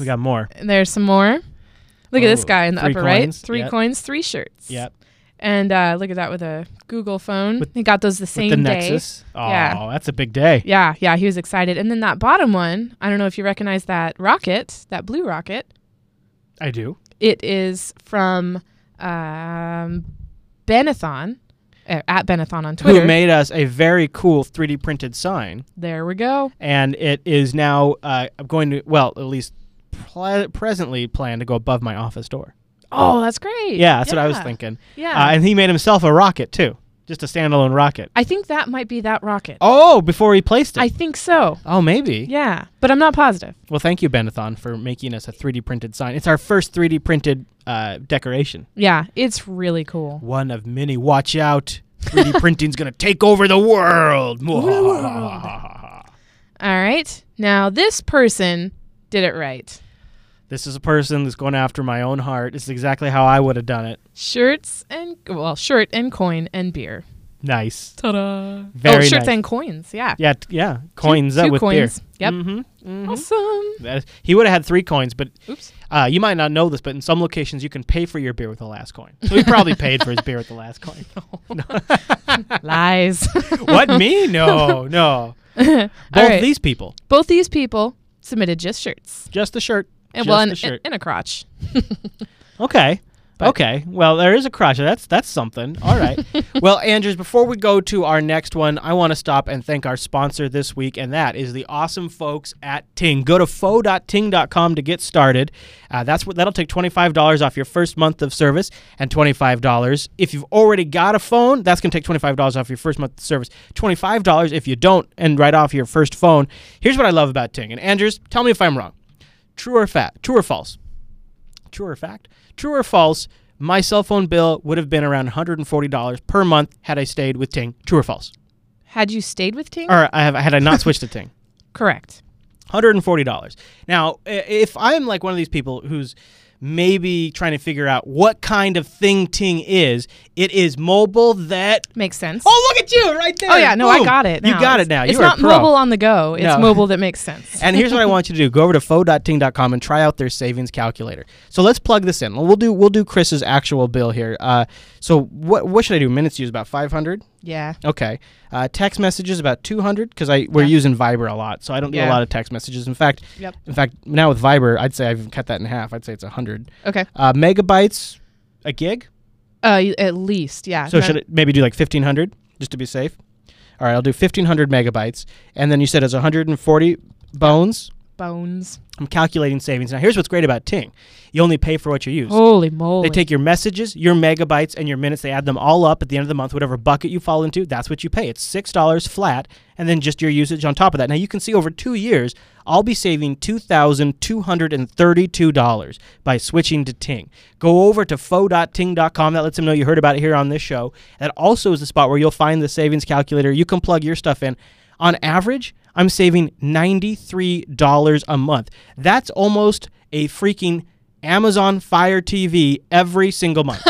Speaker 2: We got more.
Speaker 1: And there's some more. Look at this
Speaker 2: Oh,
Speaker 1: guy in the
Speaker 2: three
Speaker 1: upper right.
Speaker 2: coins.
Speaker 1: Three
Speaker 2: Yep.
Speaker 1: coins, three shirts.
Speaker 2: Yep.
Speaker 1: And uh, look at that with a Google phone. he got those the same
Speaker 2: the
Speaker 1: day.
Speaker 2: Nexus. Oh,
Speaker 1: Yeah.
Speaker 2: that's a big day.
Speaker 1: Yeah, yeah, he was excited. And then that bottom one, I don't know if you recognize that rocket, that blue rocket.
Speaker 2: I do.
Speaker 1: It is from um, Benethan, uh, at Benethan on Twitter.
Speaker 2: Who made us a very cool 3D printed sign,
Speaker 1: there we go.
Speaker 2: and it is now uh, going to well, at least pl- presently planned to go above my office door.
Speaker 1: Oh, that's great.
Speaker 2: Yeah, that's what I was thinking.
Speaker 1: Yeah.
Speaker 2: Uh, and he made himself a rocket too. Just a standalone rocket.
Speaker 1: I think that might be that rocket.
Speaker 2: Oh, before he placed it.
Speaker 1: I think so.
Speaker 2: oh, maybe.
Speaker 1: Yeah, but I'm not positive.
Speaker 2: Well, thank you, Benathon, for making us a 3D printed sign. It's our first 3D printed uh, decoration.
Speaker 1: Yeah, it's really cool.
Speaker 2: One of many. Watch out. 3D printing's going to take over the world.
Speaker 1: All right. Now this person did it right.
Speaker 2: this is a person that's going after my own heart. It's exactly how I would have done it.
Speaker 1: Shirts and well, shirt and coin and beer.
Speaker 2: Nice.
Speaker 1: Ta-da! oh,
Speaker 2: Very
Speaker 1: shirts
Speaker 2: nice.
Speaker 1: and coins. Yeah.
Speaker 2: Yeah, t- yeah. Coins
Speaker 1: two
Speaker 2: up with
Speaker 1: coins.
Speaker 2: beer.
Speaker 1: Yep.
Speaker 2: Mm-hmm.
Speaker 1: Awesome.
Speaker 2: That is, he would have had three coins, but
Speaker 1: Oops.
Speaker 2: uh, you might not know this, but in some locations you can pay for your beer with the last coin. So he probably paid for his beer with the last coin.
Speaker 1: Lies.
Speaker 2: what me? No, no. Both
Speaker 1: right.
Speaker 2: these people,
Speaker 1: Both these people submitted just shirts.
Speaker 2: just the shirt,
Speaker 1: And
Speaker 2: just
Speaker 1: well, and,
Speaker 2: the shirt.
Speaker 1: and a crotch.
Speaker 2: okay.
Speaker 1: But-
Speaker 2: okay. Well, there is a crotch. That's that's something. All right. well, Andrews, before we go to our next one, I want to stop and thank our sponsor this week, and that is the awesome folks at Ting. Go to fo.ting.com to get started. Uh, that's what that'll take twenty five dollars off your first month of service, and twenty five dollars if you've already got a phone. That's gonna take twenty five dollars off your first month of service. Twenty five dollars if you don't, and right off your first phone. Here's what I love about Ting. And Andrews, tell me if I'm wrong. True or fat? True or false? true or fact? True or false? My cell phone bill would have been around $140 per month had I stayed with Ting. True or false?
Speaker 1: Had you stayed with Ting?
Speaker 2: Or I have had I not switched to Ting.
Speaker 1: Correct.
Speaker 2: $140. Now, i- if I'm like one of these people who's maybe trying to figure out what kind of thing Ting is, it is mobile that
Speaker 1: Makes sense.
Speaker 2: Oh, look at you right there.
Speaker 1: Oh, yeah, no, I
Speaker 2: Boom.
Speaker 1: got it.
Speaker 2: You
Speaker 1: now.
Speaker 2: got
Speaker 1: It's-
Speaker 2: it now.
Speaker 1: It's
Speaker 2: You're
Speaker 1: not
Speaker 2: a pro.
Speaker 1: mobile on the go. It's
Speaker 2: No.
Speaker 1: mobile that makes sense.
Speaker 2: And here's what I want you to do: go over to fo.ting.com and try out their savings calculator. So let's plug this in. We'll do we'll do Chris's actual bill here. Uh, so what what should I do? Minutes used about 500.
Speaker 1: yeah.
Speaker 2: Okay. Uh, text messages about 200 because I we're
Speaker 1: Yeah.
Speaker 2: using Viber a lot, so I don't do
Speaker 1: Yeah.
Speaker 2: a lot of text messages. In fact,
Speaker 1: Yep.
Speaker 2: in fact now with Viber, I'd say I've cut that in half. I'd say it's 100
Speaker 1: Okay.
Speaker 2: uh, megabytes a gig.
Speaker 1: Uh, y- at least, yeah.
Speaker 2: So
Speaker 1: Not-
Speaker 2: should it maybe do like 1500 just to be safe? All right, I'll do 1500 megabytes, and then you said it's 140 bones.
Speaker 1: bones?
Speaker 2: I'm calculating savings. Now, here's what's great about Ting. You only pay for what you use.
Speaker 1: Holy moly!
Speaker 2: They take your messages, your megabytes, and your minutes. They add them all up at the end of the month. Whatever bucket you fall into, that's what you pay. It's six dollars flat, and then just your usage on top of that. Now you can see over two years, I'll be saving two thousand two hundred and thirty-two dollars by switching to Ting. Go over to fo.ting.com. That lets them know you heard about it here on this show. That also is the spot where you'll find the savings calculator. You can plug your stuff in. On average, I'm saving ninety-three dollars a month. That's almost a freaking Amazon Fire TV every single month.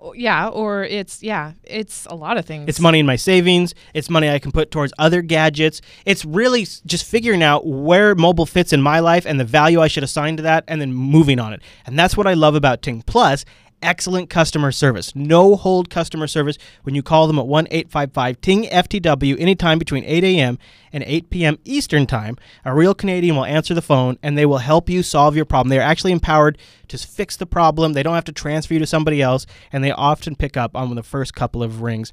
Speaker 1: Oh, yeah, or it's yeah, it's a lot of things.
Speaker 2: it's money in my savings. It's money I can put towards other gadgets. It's really s- just figuring out where mobile fits in my life and the value I should assign to that and then moving on it. And that's what I love about Ting Plus. Excellent customer service. No hold customer service when you call them at 1 855 Ting FTW anytime between 8 a.m. and 8 p.m. Eastern Time. A real Canadian will answer the phone and they will help you solve your problem. They are actually empowered to fix the problem. They don't have to transfer you to somebody else, and they often pick up on the first couple of rings.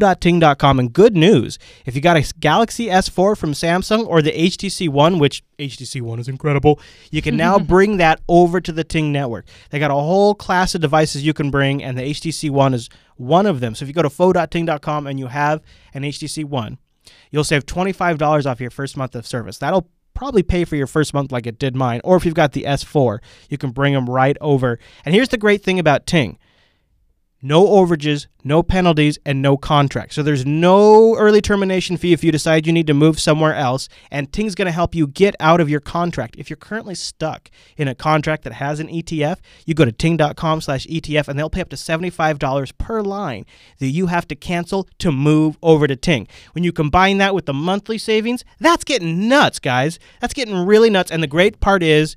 Speaker 2: Fo.ting.com. And good news if you got a Galaxy S4 from Samsung or the HTC One, which HTC One is incredible, you can now bring that over to the Ting network. They got a whole class of devices you can bring, and the HTC One is one of them. So if you go to fo.ting.com and you have an HTC One, you'll save $25 off your first month of service. That'll probably pay for your first month like it did mine. Or if you've got the S4, you can bring them right over. And here's the great thing about Ting. No overages, no penalties, and no contract. So there's no early termination fee if you decide you need to move somewhere else. And Ting's going to help you get out of your contract. If you're currently stuck in a contract that has an ETF, you go to ting.com slash ETF and they'll pay up to $75 per line that you have to cancel to move over to Ting. When you combine that with the monthly savings, that's getting nuts, guys. That's getting really nuts. And the great part is,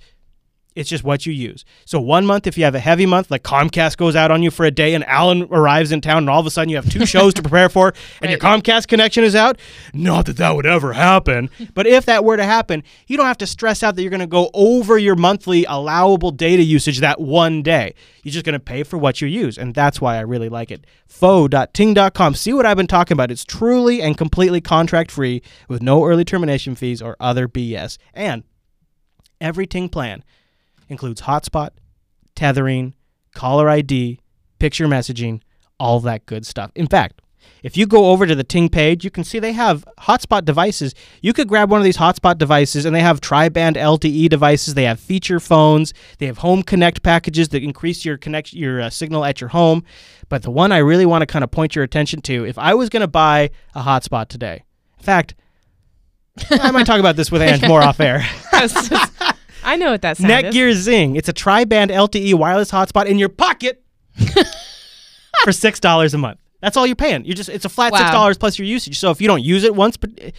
Speaker 2: it's just what you use. So one month, if you have a heavy month, like Comcast goes out on you for a day, and Alan arrives in town, and all of a sudden you have two shows to prepare for, and your Comcast connection is out. Not that that would ever happen, but if that were to happen, you don't have to stress out that you're going to go over your monthly allowable data usage that one day. You're just going to pay for what you use, and that's why I really like it. Fo.ting.com. See what I've been talking about. It's truly and completely contract free with no early termination fees or other BS, and every Ting plan includes hotspot, tethering, caller ID, picture messaging, all that good stuff. In fact, If you go over to the Ting page, you can see they have hotspot devices. You could grab one of these hotspot devices, and they have tri-band LTE devices. They have feature phones. They have home connect packages that increase your connect your uh, signal at your home. But the one I really want to kind of point your attention to, if I was going to buy a hotspot today, in fact, I might talk about this with Ange more off air.
Speaker 1: I was just- I know what that sound is.
Speaker 2: Netgear Zing. It's a tri-band LTE wireless hotspot in your pocket for six dollars a month. That's all you're paying. You're just it's a flat
Speaker 1: Wow.
Speaker 2: six dollars plus your usage. So if you don't use it once per-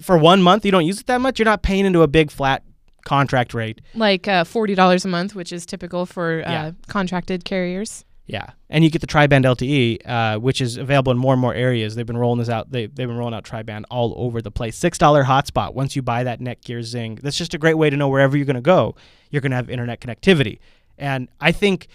Speaker 2: for one month, you don't use it that much. You're not paying into a big flat contract rate.
Speaker 1: like uh, forty dollars a month, which is typical for uh,
Speaker 2: Yeah.
Speaker 1: contracted carriers.
Speaker 2: Yeah, and you get the tri-band LTE, uh, which is available in more and more areas. They've been rolling this out. They, they've been rolling out tri-band all over the place. Six dollar hotspot once you buy that Netgear Zing. That's just a great way to know wherever you're going to go, you're going to have internet connectivity. And I think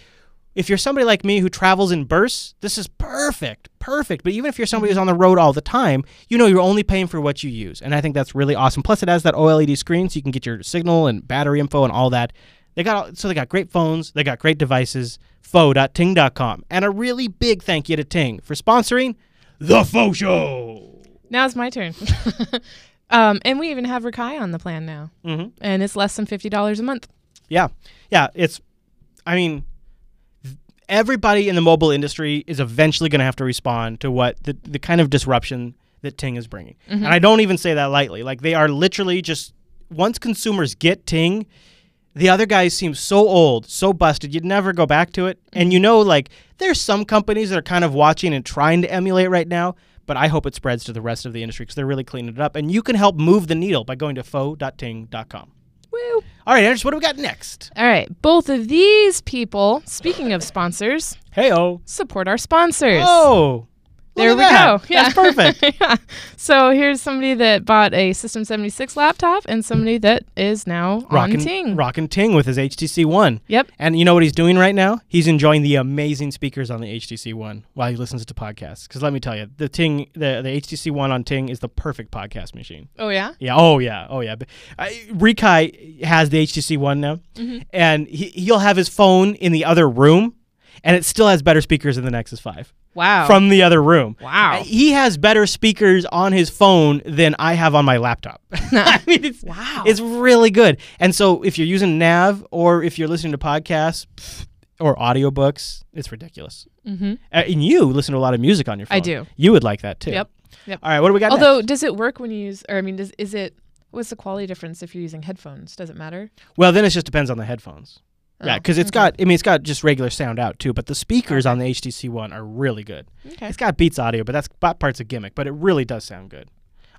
Speaker 2: if you're somebody like me who travels in bursts, this is perfect, perfect. But even if you're somebody who's on the road all the time, you know you're only paying for what you use, and I think that's really awesome. Plus, it has that OLED screen, so you can get your signal and battery info and all that. They got all, so they got great phones, they got great devices. Fo.ting.com, and a really big thank you to Ting for sponsoring the Fo Show.
Speaker 1: Now it's my turn. um, and we even have Rakai on the plan now,
Speaker 2: Mhm.
Speaker 1: and it's less than fifty dollars a month.
Speaker 2: Yeah, yeah. It's, I mean, th- everybody in the mobile industry is eventually going to have to respond to what the the kind of disruption that Ting is bringing, and I don't even say that lightly. Like they are literally just once consumers get Ting. The other guys seem so old, so busted, you'd never go back to it. And you know, like, there's some companies that are kind of watching and trying to emulate right now, but I hope it spreads to the rest of the industry because they're really cleaning it up. And you can help move the needle by going to fo.ting.com.
Speaker 1: Woo!
Speaker 2: All right, Anders, what do we got next?
Speaker 1: All right, both of these people. Speaking of sponsors,
Speaker 2: Hey oh.
Speaker 1: support our sponsors.
Speaker 2: Oh.
Speaker 1: There
Speaker 2: look
Speaker 1: we
Speaker 2: at that.
Speaker 1: go. Yeah.
Speaker 2: That's perfect.
Speaker 1: yeah. So here's somebody that bought a System 76 laptop and somebody that is now on Ting.
Speaker 2: Rockin' Ting with his HTC One.
Speaker 1: Yep.
Speaker 2: And you know what he's doing right now? He's enjoying the amazing speakers on the HTC One while he listens to podcasts. Because let me tell you, the Ting, the, the HTC One on Ting is the perfect podcast machine.
Speaker 1: Oh yeah.
Speaker 2: Yeah. Oh yeah. Oh yeah. But, uh, Rikai has the HTC One now, and he, he'll have his phone in the other room, and it still has better speakers than the Nexus Five
Speaker 1: Wow.
Speaker 2: from the other room.
Speaker 1: wow.
Speaker 2: Uh, He has better speakers on his phone than I have on my laptop. I mean, it's,
Speaker 1: Wow.
Speaker 2: it's really good. And so if you're using Nav or if you're listening to podcasts pff, or audiobooks, it's ridiculous.
Speaker 1: mm-hmm.
Speaker 2: Uh, and you listen to a lot of music on your phone.
Speaker 1: I do.
Speaker 2: You would like that too.
Speaker 1: Yep. Yep.
Speaker 2: All right, what do we got?
Speaker 1: Although, does it work when you use, or I mean, does is it? What's the quality difference if you're using headphones? Does it matter?
Speaker 2: next? Well, then it just depends on the headphones.
Speaker 1: Oh,
Speaker 2: yeah, because it's
Speaker 1: okay.
Speaker 2: got, I mean, it's got just regular sound out too, but the speakers on the HTC One are really good.
Speaker 1: Okay.
Speaker 2: It's got Beats audio, but that's that part's a gimmick, but it really does sound good.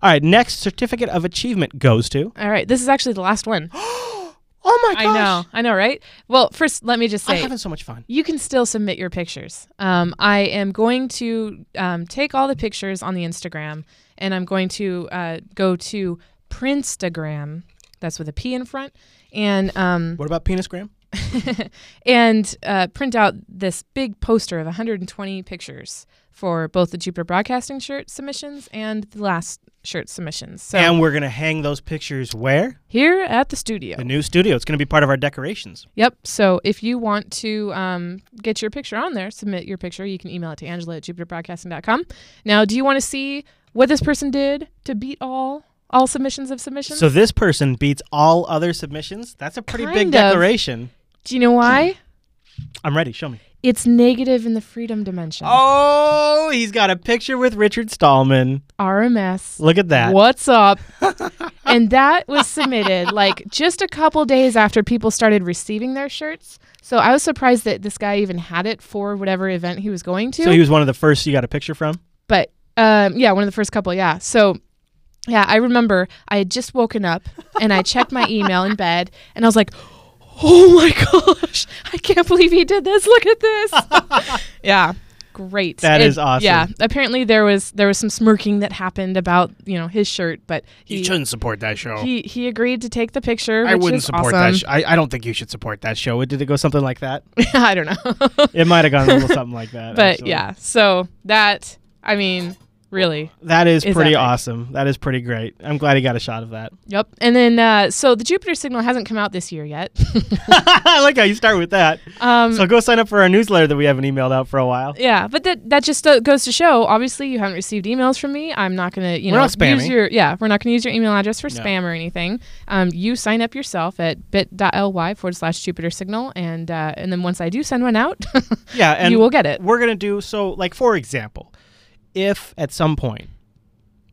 Speaker 2: All right, next certificate of achievement goes to.
Speaker 1: All right. This is actually the last one.
Speaker 2: Oh my
Speaker 1: I know. I know, right? Well, first, let me just
Speaker 2: I'm
Speaker 1: say.
Speaker 2: having so much fun.
Speaker 1: you can still submit your pictures. Um, I am going to um, take all the pictures on the Instagram and I'm going to uh, go to Prinstagram. That's with a P in front. And um,
Speaker 2: What about penis gram?
Speaker 1: and uh, print out this big poster of 120 pictures for both the Jupiter Broadcasting shirt submissions and the last shirt submissions. So
Speaker 2: And we're gonna hang those pictures where?
Speaker 1: here at the studio.
Speaker 2: The new studio. It's gonna be part of our decorations.
Speaker 1: Yep. So if you want to um, get your picture on there, submit your picture. You can email it to Angela at jupiterbroadcasting.com. Now, do you want to see what this person did to beat all all submissions of submissions?
Speaker 2: So this person beats all other submissions. That's a pretty big
Speaker 1: Kind of.
Speaker 2: declaration.
Speaker 1: do you know why?
Speaker 2: I'm ready. Show me.
Speaker 1: It's negative in the freedom dimension.
Speaker 2: Oh, he's got a picture with Richard Stallman.
Speaker 1: RMS.
Speaker 2: Look at that.
Speaker 1: What's up? and that was submitted like just a couple days after people started receiving their shirts. So I was surprised that this guy even had it for whatever event he was going to.
Speaker 2: So he was one of the first you got a picture from.
Speaker 1: but um, yeah, one of the first couple. Yeah. So yeah, I remember I had just woken up and I checked my email in bed and I was like, oh my gosh, I can't believe he did this. Look at this. yeah. Great.
Speaker 2: That
Speaker 1: That
Speaker 2: is
Speaker 1: is
Speaker 2: awesome.
Speaker 1: Yeah. Apparently there was there was some smirking that happened about, you know, his shirt, but he
Speaker 2: support that show.
Speaker 1: he, he agreed to take the picture. Which is
Speaker 2: that.
Speaker 1: awesome.
Speaker 2: sh- I, I don't think you should support that show. Did it go something like that?
Speaker 1: I don't know.
Speaker 2: It might have gone a little something like that.
Speaker 1: but
Speaker 2: actually.
Speaker 1: yeah, so that I mean, Really.
Speaker 2: That is
Speaker 1: Is
Speaker 2: pretty
Speaker 1: epic.
Speaker 2: awesome. That is pretty great. I'm glad he got a shot of that.
Speaker 1: Yep. And then uh, so the Jupiter signal hasn't come out this year yet.
Speaker 2: I like how you start with that.
Speaker 1: um,
Speaker 2: So go sign up for our newsletter that we haven't emailed out for a while.
Speaker 1: yeah, but that that just uh, goes to show. Obviously, you haven't received emails from me. I'm not gonna you
Speaker 2: We're
Speaker 1: know
Speaker 2: not spamming.
Speaker 1: use your yeah. We're not gonna use your email address for
Speaker 2: No.
Speaker 1: spam or anything. Um, you sign up yourself at bit.ly forward slash Jupiter signal, and uh, and then once I do send one out,
Speaker 2: Yeah, and
Speaker 1: you will get it.
Speaker 2: We're gonna do so. Like for example, if at some point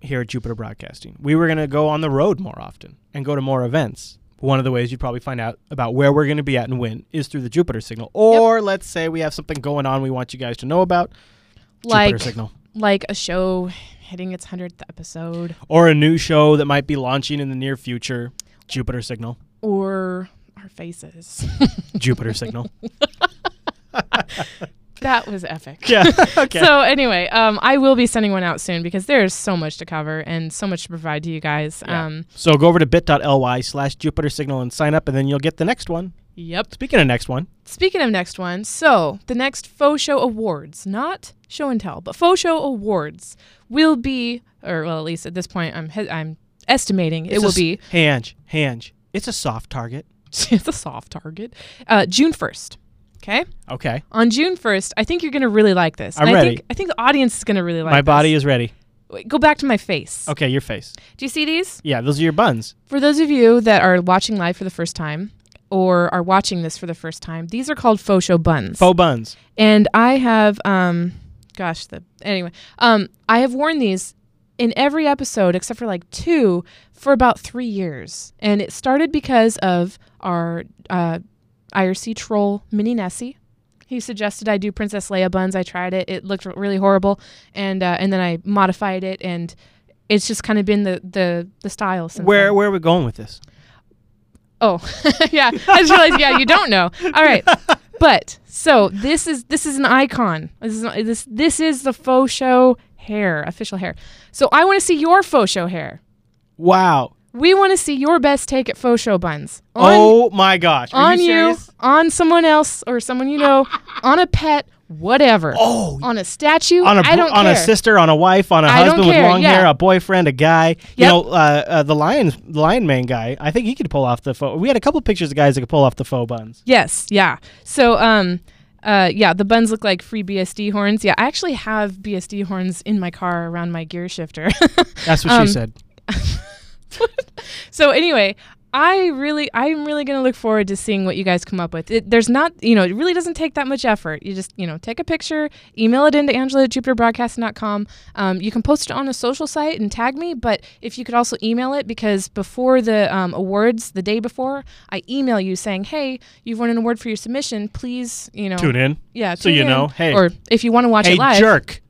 Speaker 2: here at Jupiter Broadcasting we were gonna go on the road more often and go to more events, one of the ways you'd probably find out about where we're gonna be at and when is through the Jupiter signal. Or let's say we have something going on we want you guys to know about
Speaker 1: Like
Speaker 2: Jupiter signal,
Speaker 1: like a show hitting its hundredth episode,
Speaker 2: or a new show that might be launching in the near future. Jupiter signal.
Speaker 1: or our faces.
Speaker 2: Jupiter signal.
Speaker 1: that was epic.
Speaker 2: Yeah. Okay.
Speaker 1: So anyway, um, I will be sending one out soon because there is so much to cover and so much to provide to you guys.
Speaker 2: Yeah.
Speaker 1: Um,
Speaker 2: so go over to bit.ly slash Jupiter signal and sign up, and then you'll get the next one.
Speaker 1: yep.
Speaker 2: Speaking of next one,
Speaker 1: Speaking of next one, so the next Faux Show Awards, not Show and Tell, but Faux Show Awards will be, or well, at least at this point, I'm he- I'm estimating it
Speaker 2: It's a
Speaker 1: will
Speaker 2: s-
Speaker 1: be.
Speaker 2: Hey Ange, hey Ange, it's a soft target.
Speaker 1: it's a soft target. Uh, June first. Okay.
Speaker 2: Okay,
Speaker 1: On June first, I think you're gonna really like this.
Speaker 2: I'm
Speaker 1: And I
Speaker 2: ready.
Speaker 1: think I think the audience is gonna really like
Speaker 2: my
Speaker 1: this.
Speaker 2: body Oh. is ready.
Speaker 1: Wait, Go back to my face.
Speaker 2: Okay, your face.
Speaker 1: Do you see these?
Speaker 2: Yeah, those are your buns.
Speaker 1: For those of you that are watching live for the first time or are watching this for the first time, these are called faux show buns.
Speaker 2: Faux buns.
Speaker 1: and I have um gosh, the anyway. Um I have worn these in every episode except for like two for about 3 years. And it started because of our uh IRC troll Mini Nessie. He suggested I do Princess Leia buns. I tried it. It looked really horrible, and uh, and then I modified it, and it's just kind of been the the, the style since. then.
Speaker 2: Where where are we going with this?
Speaker 1: Oh, yeah. I just realized. Yeah, you don't know. All right, but so this is this is an icon. This is this this is the faux show hair, official hair. So I want to see your faux show hair.
Speaker 2: Wow.
Speaker 1: We want to see your best take at faux show buns on
Speaker 2: oh my gosh. Are
Speaker 1: on
Speaker 2: you,
Speaker 1: you,
Speaker 2: serious?
Speaker 1: on someone else or someone you know, on a pet, whatever,
Speaker 2: Oh.
Speaker 1: on a statue.
Speaker 2: on a
Speaker 1: I
Speaker 2: bro-
Speaker 1: don't
Speaker 2: on
Speaker 1: care.
Speaker 2: a sister, on a wife, on a
Speaker 1: I don't
Speaker 2: husband with
Speaker 1: care,
Speaker 2: long
Speaker 1: yeah.
Speaker 2: hair, a boyfriend, a guy. You
Speaker 1: Yep.
Speaker 2: know, uh, uh, the lion, the lion man guy. I think he could pull off the faux. We had a couple pictures of guys that could pull off the faux buns.
Speaker 1: Yes, yeah. So, um, uh, yeah, the buns look like free BSD horns. Yeah, I actually have BSD horns in my car around my gear shifter.
Speaker 2: That's what
Speaker 1: Um,
Speaker 2: she said.
Speaker 1: so anyway, I really, I'm really gonna look forward to seeing what you guys come up with. It, there's not, you know, it really doesn't take that much effort. You just, you know, take a picture, email it into Angela at JupiterBroadcasting.com. Um, you can post it on a social site and tag me. But if you could also email it, because before the um, awards, the day before, I email you saying, hey, you've won an award for your submission. Please, you know,
Speaker 2: Tune in.
Speaker 1: yeah.
Speaker 2: So
Speaker 1: tune
Speaker 2: you
Speaker 1: in.
Speaker 2: know, hey.
Speaker 1: Or if you want to watch
Speaker 2: Hey
Speaker 1: it live.
Speaker 2: jerk.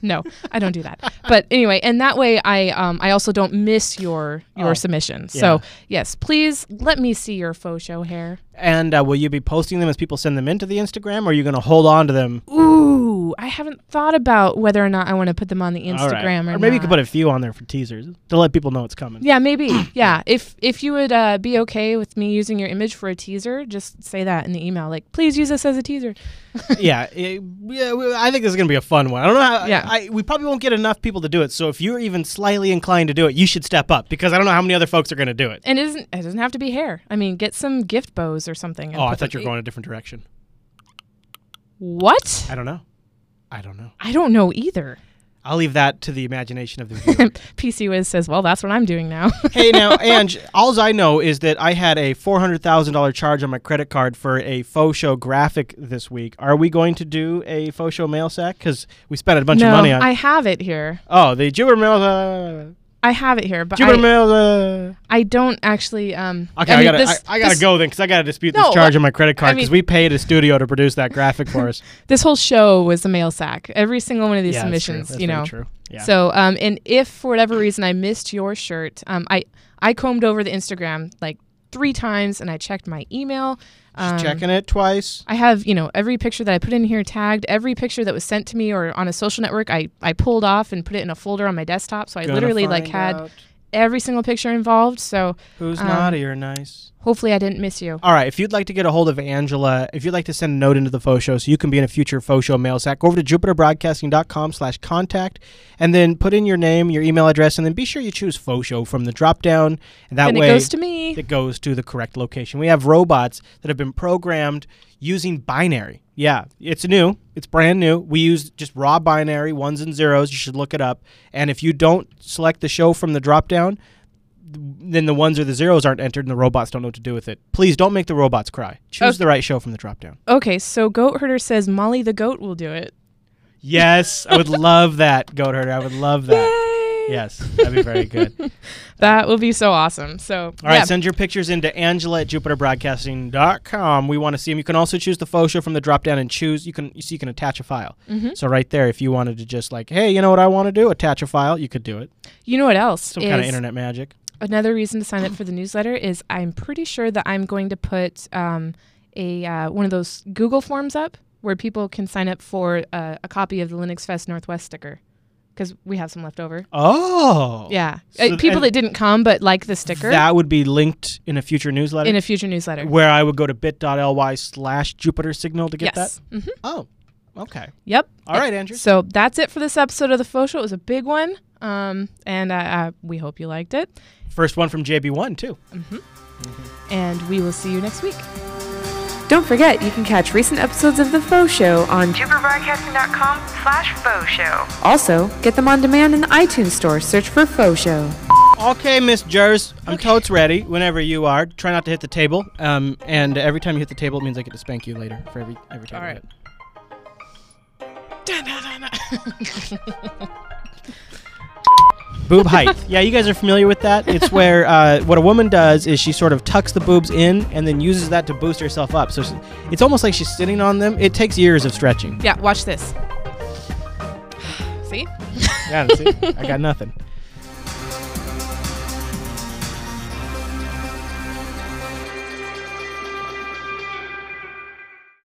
Speaker 1: No, I don't do that. but anyway, and that way I um I also don't miss your your
Speaker 2: Oh,
Speaker 1: submission.
Speaker 2: yeah.
Speaker 1: So yes, please let me see your faux show hair.
Speaker 2: And uh, will you be posting them as people send them into the Instagram, or are you going to hold on to them
Speaker 1: Ooh, I haven't thought about whether or not I want to put them on the
Speaker 2: All
Speaker 1: Instagram
Speaker 2: right.
Speaker 1: or,
Speaker 2: maybe you
Speaker 1: not.
Speaker 2: could put a few on there for teasers to let people know it's coming.
Speaker 1: yeah, maybe. Yeah, if if you would uh, be okay with me using your image for a teaser, just say that in the email. Like, please use this as a teaser.
Speaker 2: yeah, eh, yeah. we- I think this is gonna be a fun one. I don't know. How,
Speaker 1: Yeah.
Speaker 2: I, we probably won't get enough people to do it. So if you're even slightly inclined to do it, you should step up because I don't know how many other folks are gonna do it.
Speaker 1: And it doesn't it doesn't have to be hair. I mean, get some gift bows or something. and
Speaker 2: Oh, I
Speaker 1: put
Speaker 2: thought you
Speaker 1: them-
Speaker 2: were going a different direction.
Speaker 1: What?
Speaker 2: I don't know. I don't know.
Speaker 1: I don't know either.
Speaker 2: I'll leave that to the imagination of the viewer.
Speaker 1: PC Wiz says, "Well, that's what I'm doing now."
Speaker 2: hey, now, Ange, all I know is that I had a four hundred thousand dollar charge on my credit card for a faux show graphic this week. Are we going to do a faux show mail sack? Because we spent a bunch
Speaker 1: no,
Speaker 2: of money on.
Speaker 1: I have it here.
Speaker 2: oh, the Jupiter mail. Uh,
Speaker 1: I have it here, but
Speaker 2: Jupiter
Speaker 1: I,
Speaker 2: Mail. Uh,
Speaker 1: I don't actually. Um,
Speaker 2: okay, I,
Speaker 1: mean,
Speaker 2: gotta,
Speaker 1: this,
Speaker 2: I, I gotta
Speaker 1: this-
Speaker 2: go then because I gotta dispute
Speaker 1: No,
Speaker 2: this charge on my
Speaker 1: I
Speaker 2: credit card
Speaker 1: mean-
Speaker 2: because we paid a studio to produce that graphic for us.
Speaker 1: This whole show was a mail sack. Every single one of these
Speaker 2: yeah, that's true.
Speaker 1: submissions,
Speaker 2: That's
Speaker 1: you
Speaker 2: very
Speaker 1: know.
Speaker 2: True. Yeah.
Speaker 1: So, um, and if for whatever reason I missed your shirt, um, I I combed over the Instagram like three times and I checked my email. Um,
Speaker 2: Just checking it twice.
Speaker 1: I have, you know, every picture that I put in here tagged, every picture that was sent to me or on a social network, I, I pulled off and put it in a folder on my desktop. So I
Speaker 2: Gonna
Speaker 1: literally
Speaker 2: find
Speaker 1: like had
Speaker 2: out
Speaker 1: every single picture involved. So
Speaker 2: who's
Speaker 1: um,
Speaker 2: naughty or nice.
Speaker 1: Hopefully, I didn't miss you.
Speaker 2: All right. If you'd like to get a hold of Angela, if you'd like to send a note into the faux show so you can be in a future faux show mail sack, go over to jupiterbroadcasting.com slash contact and then put in your name, your email address, and then be sure you choose faux show from the drop down. And that
Speaker 1: and
Speaker 2: way
Speaker 1: it goes to me.
Speaker 2: it goes to the correct location. We have robots that have been programmed using binary. Yeah, it's new. It's brand new. We use just raw binary, ones and zeros. You should look it up. And if you don't select the show from the drop down, then the ones or the zeros aren't entered and the robots don't know what to do with it. Please don't make the robots cry. Choose
Speaker 1: Okay.
Speaker 2: the right show from the drop down.
Speaker 1: okay, so Goat Herder says Molly the goat will do it.
Speaker 2: Yes, I would love that, Goat Herder. I would love that.
Speaker 1: Yay!
Speaker 2: Yes, that'd be very good.
Speaker 1: That would be so awesome. So,
Speaker 2: All right,
Speaker 1: yeah,
Speaker 2: send your pictures into Angela at jupiterbroadcasting.com. We want to see them. You can also choose the faux show from the drop down and choose. You can you see you can attach a file.
Speaker 1: Mm-hmm.
Speaker 2: So right there, if you wanted to just like, hey, you know what I want to do? Attach a file. You could do it.
Speaker 1: you know what else?
Speaker 2: Some
Speaker 1: is
Speaker 2: kind of internet magic.
Speaker 1: Another reason to sign up for the newsletter is I'm pretty sure that I'm going to put um, a uh, one of those Google forms up where people can sign up for uh, a copy of the Linux Fest Northwest sticker because we have some left over.
Speaker 2: Oh,
Speaker 1: Yeah,
Speaker 2: So
Speaker 1: uh, people
Speaker 2: and-
Speaker 1: that didn't come but like the sticker
Speaker 2: That would be linked in a future newsletter
Speaker 1: in a future newsletter.
Speaker 2: where I would go to bit.ly slash Jupiter signal to get
Speaker 1: yes. hmm
Speaker 2: that. Oh, okay.
Speaker 1: Yep.
Speaker 2: All right, Andrew.
Speaker 1: So that's it for this episode of the Faux Show. It was a big one, um, and uh, uh, we hope you liked it.
Speaker 2: First one from JB1 too.
Speaker 1: And we will see you next week.
Speaker 3: Don't forget, you can catch recent episodes of The Faux Show on.
Speaker 4: jupiterbroadcasting.com slash faux show.
Speaker 3: Also, get them on demand in the iTunes store. Search for Faux Show.
Speaker 2: Okay, Miss Jers, I'm totes ready whenever you are. Try not to hit the table. Um, and every time you hit the table, it means I get to spank you later for every every time.
Speaker 1: All
Speaker 2: you
Speaker 1: right.
Speaker 2: hit. Boob height. Yeah, you guys are familiar with that. It's where uh, what a woman does is she sort of tucks the boobs in and then uses that to boost herself up. So she, it's almost like she's sitting on them. It takes years of stretching.
Speaker 1: Yeah, watch this. see?
Speaker 2: Yeah, see, I got nothing.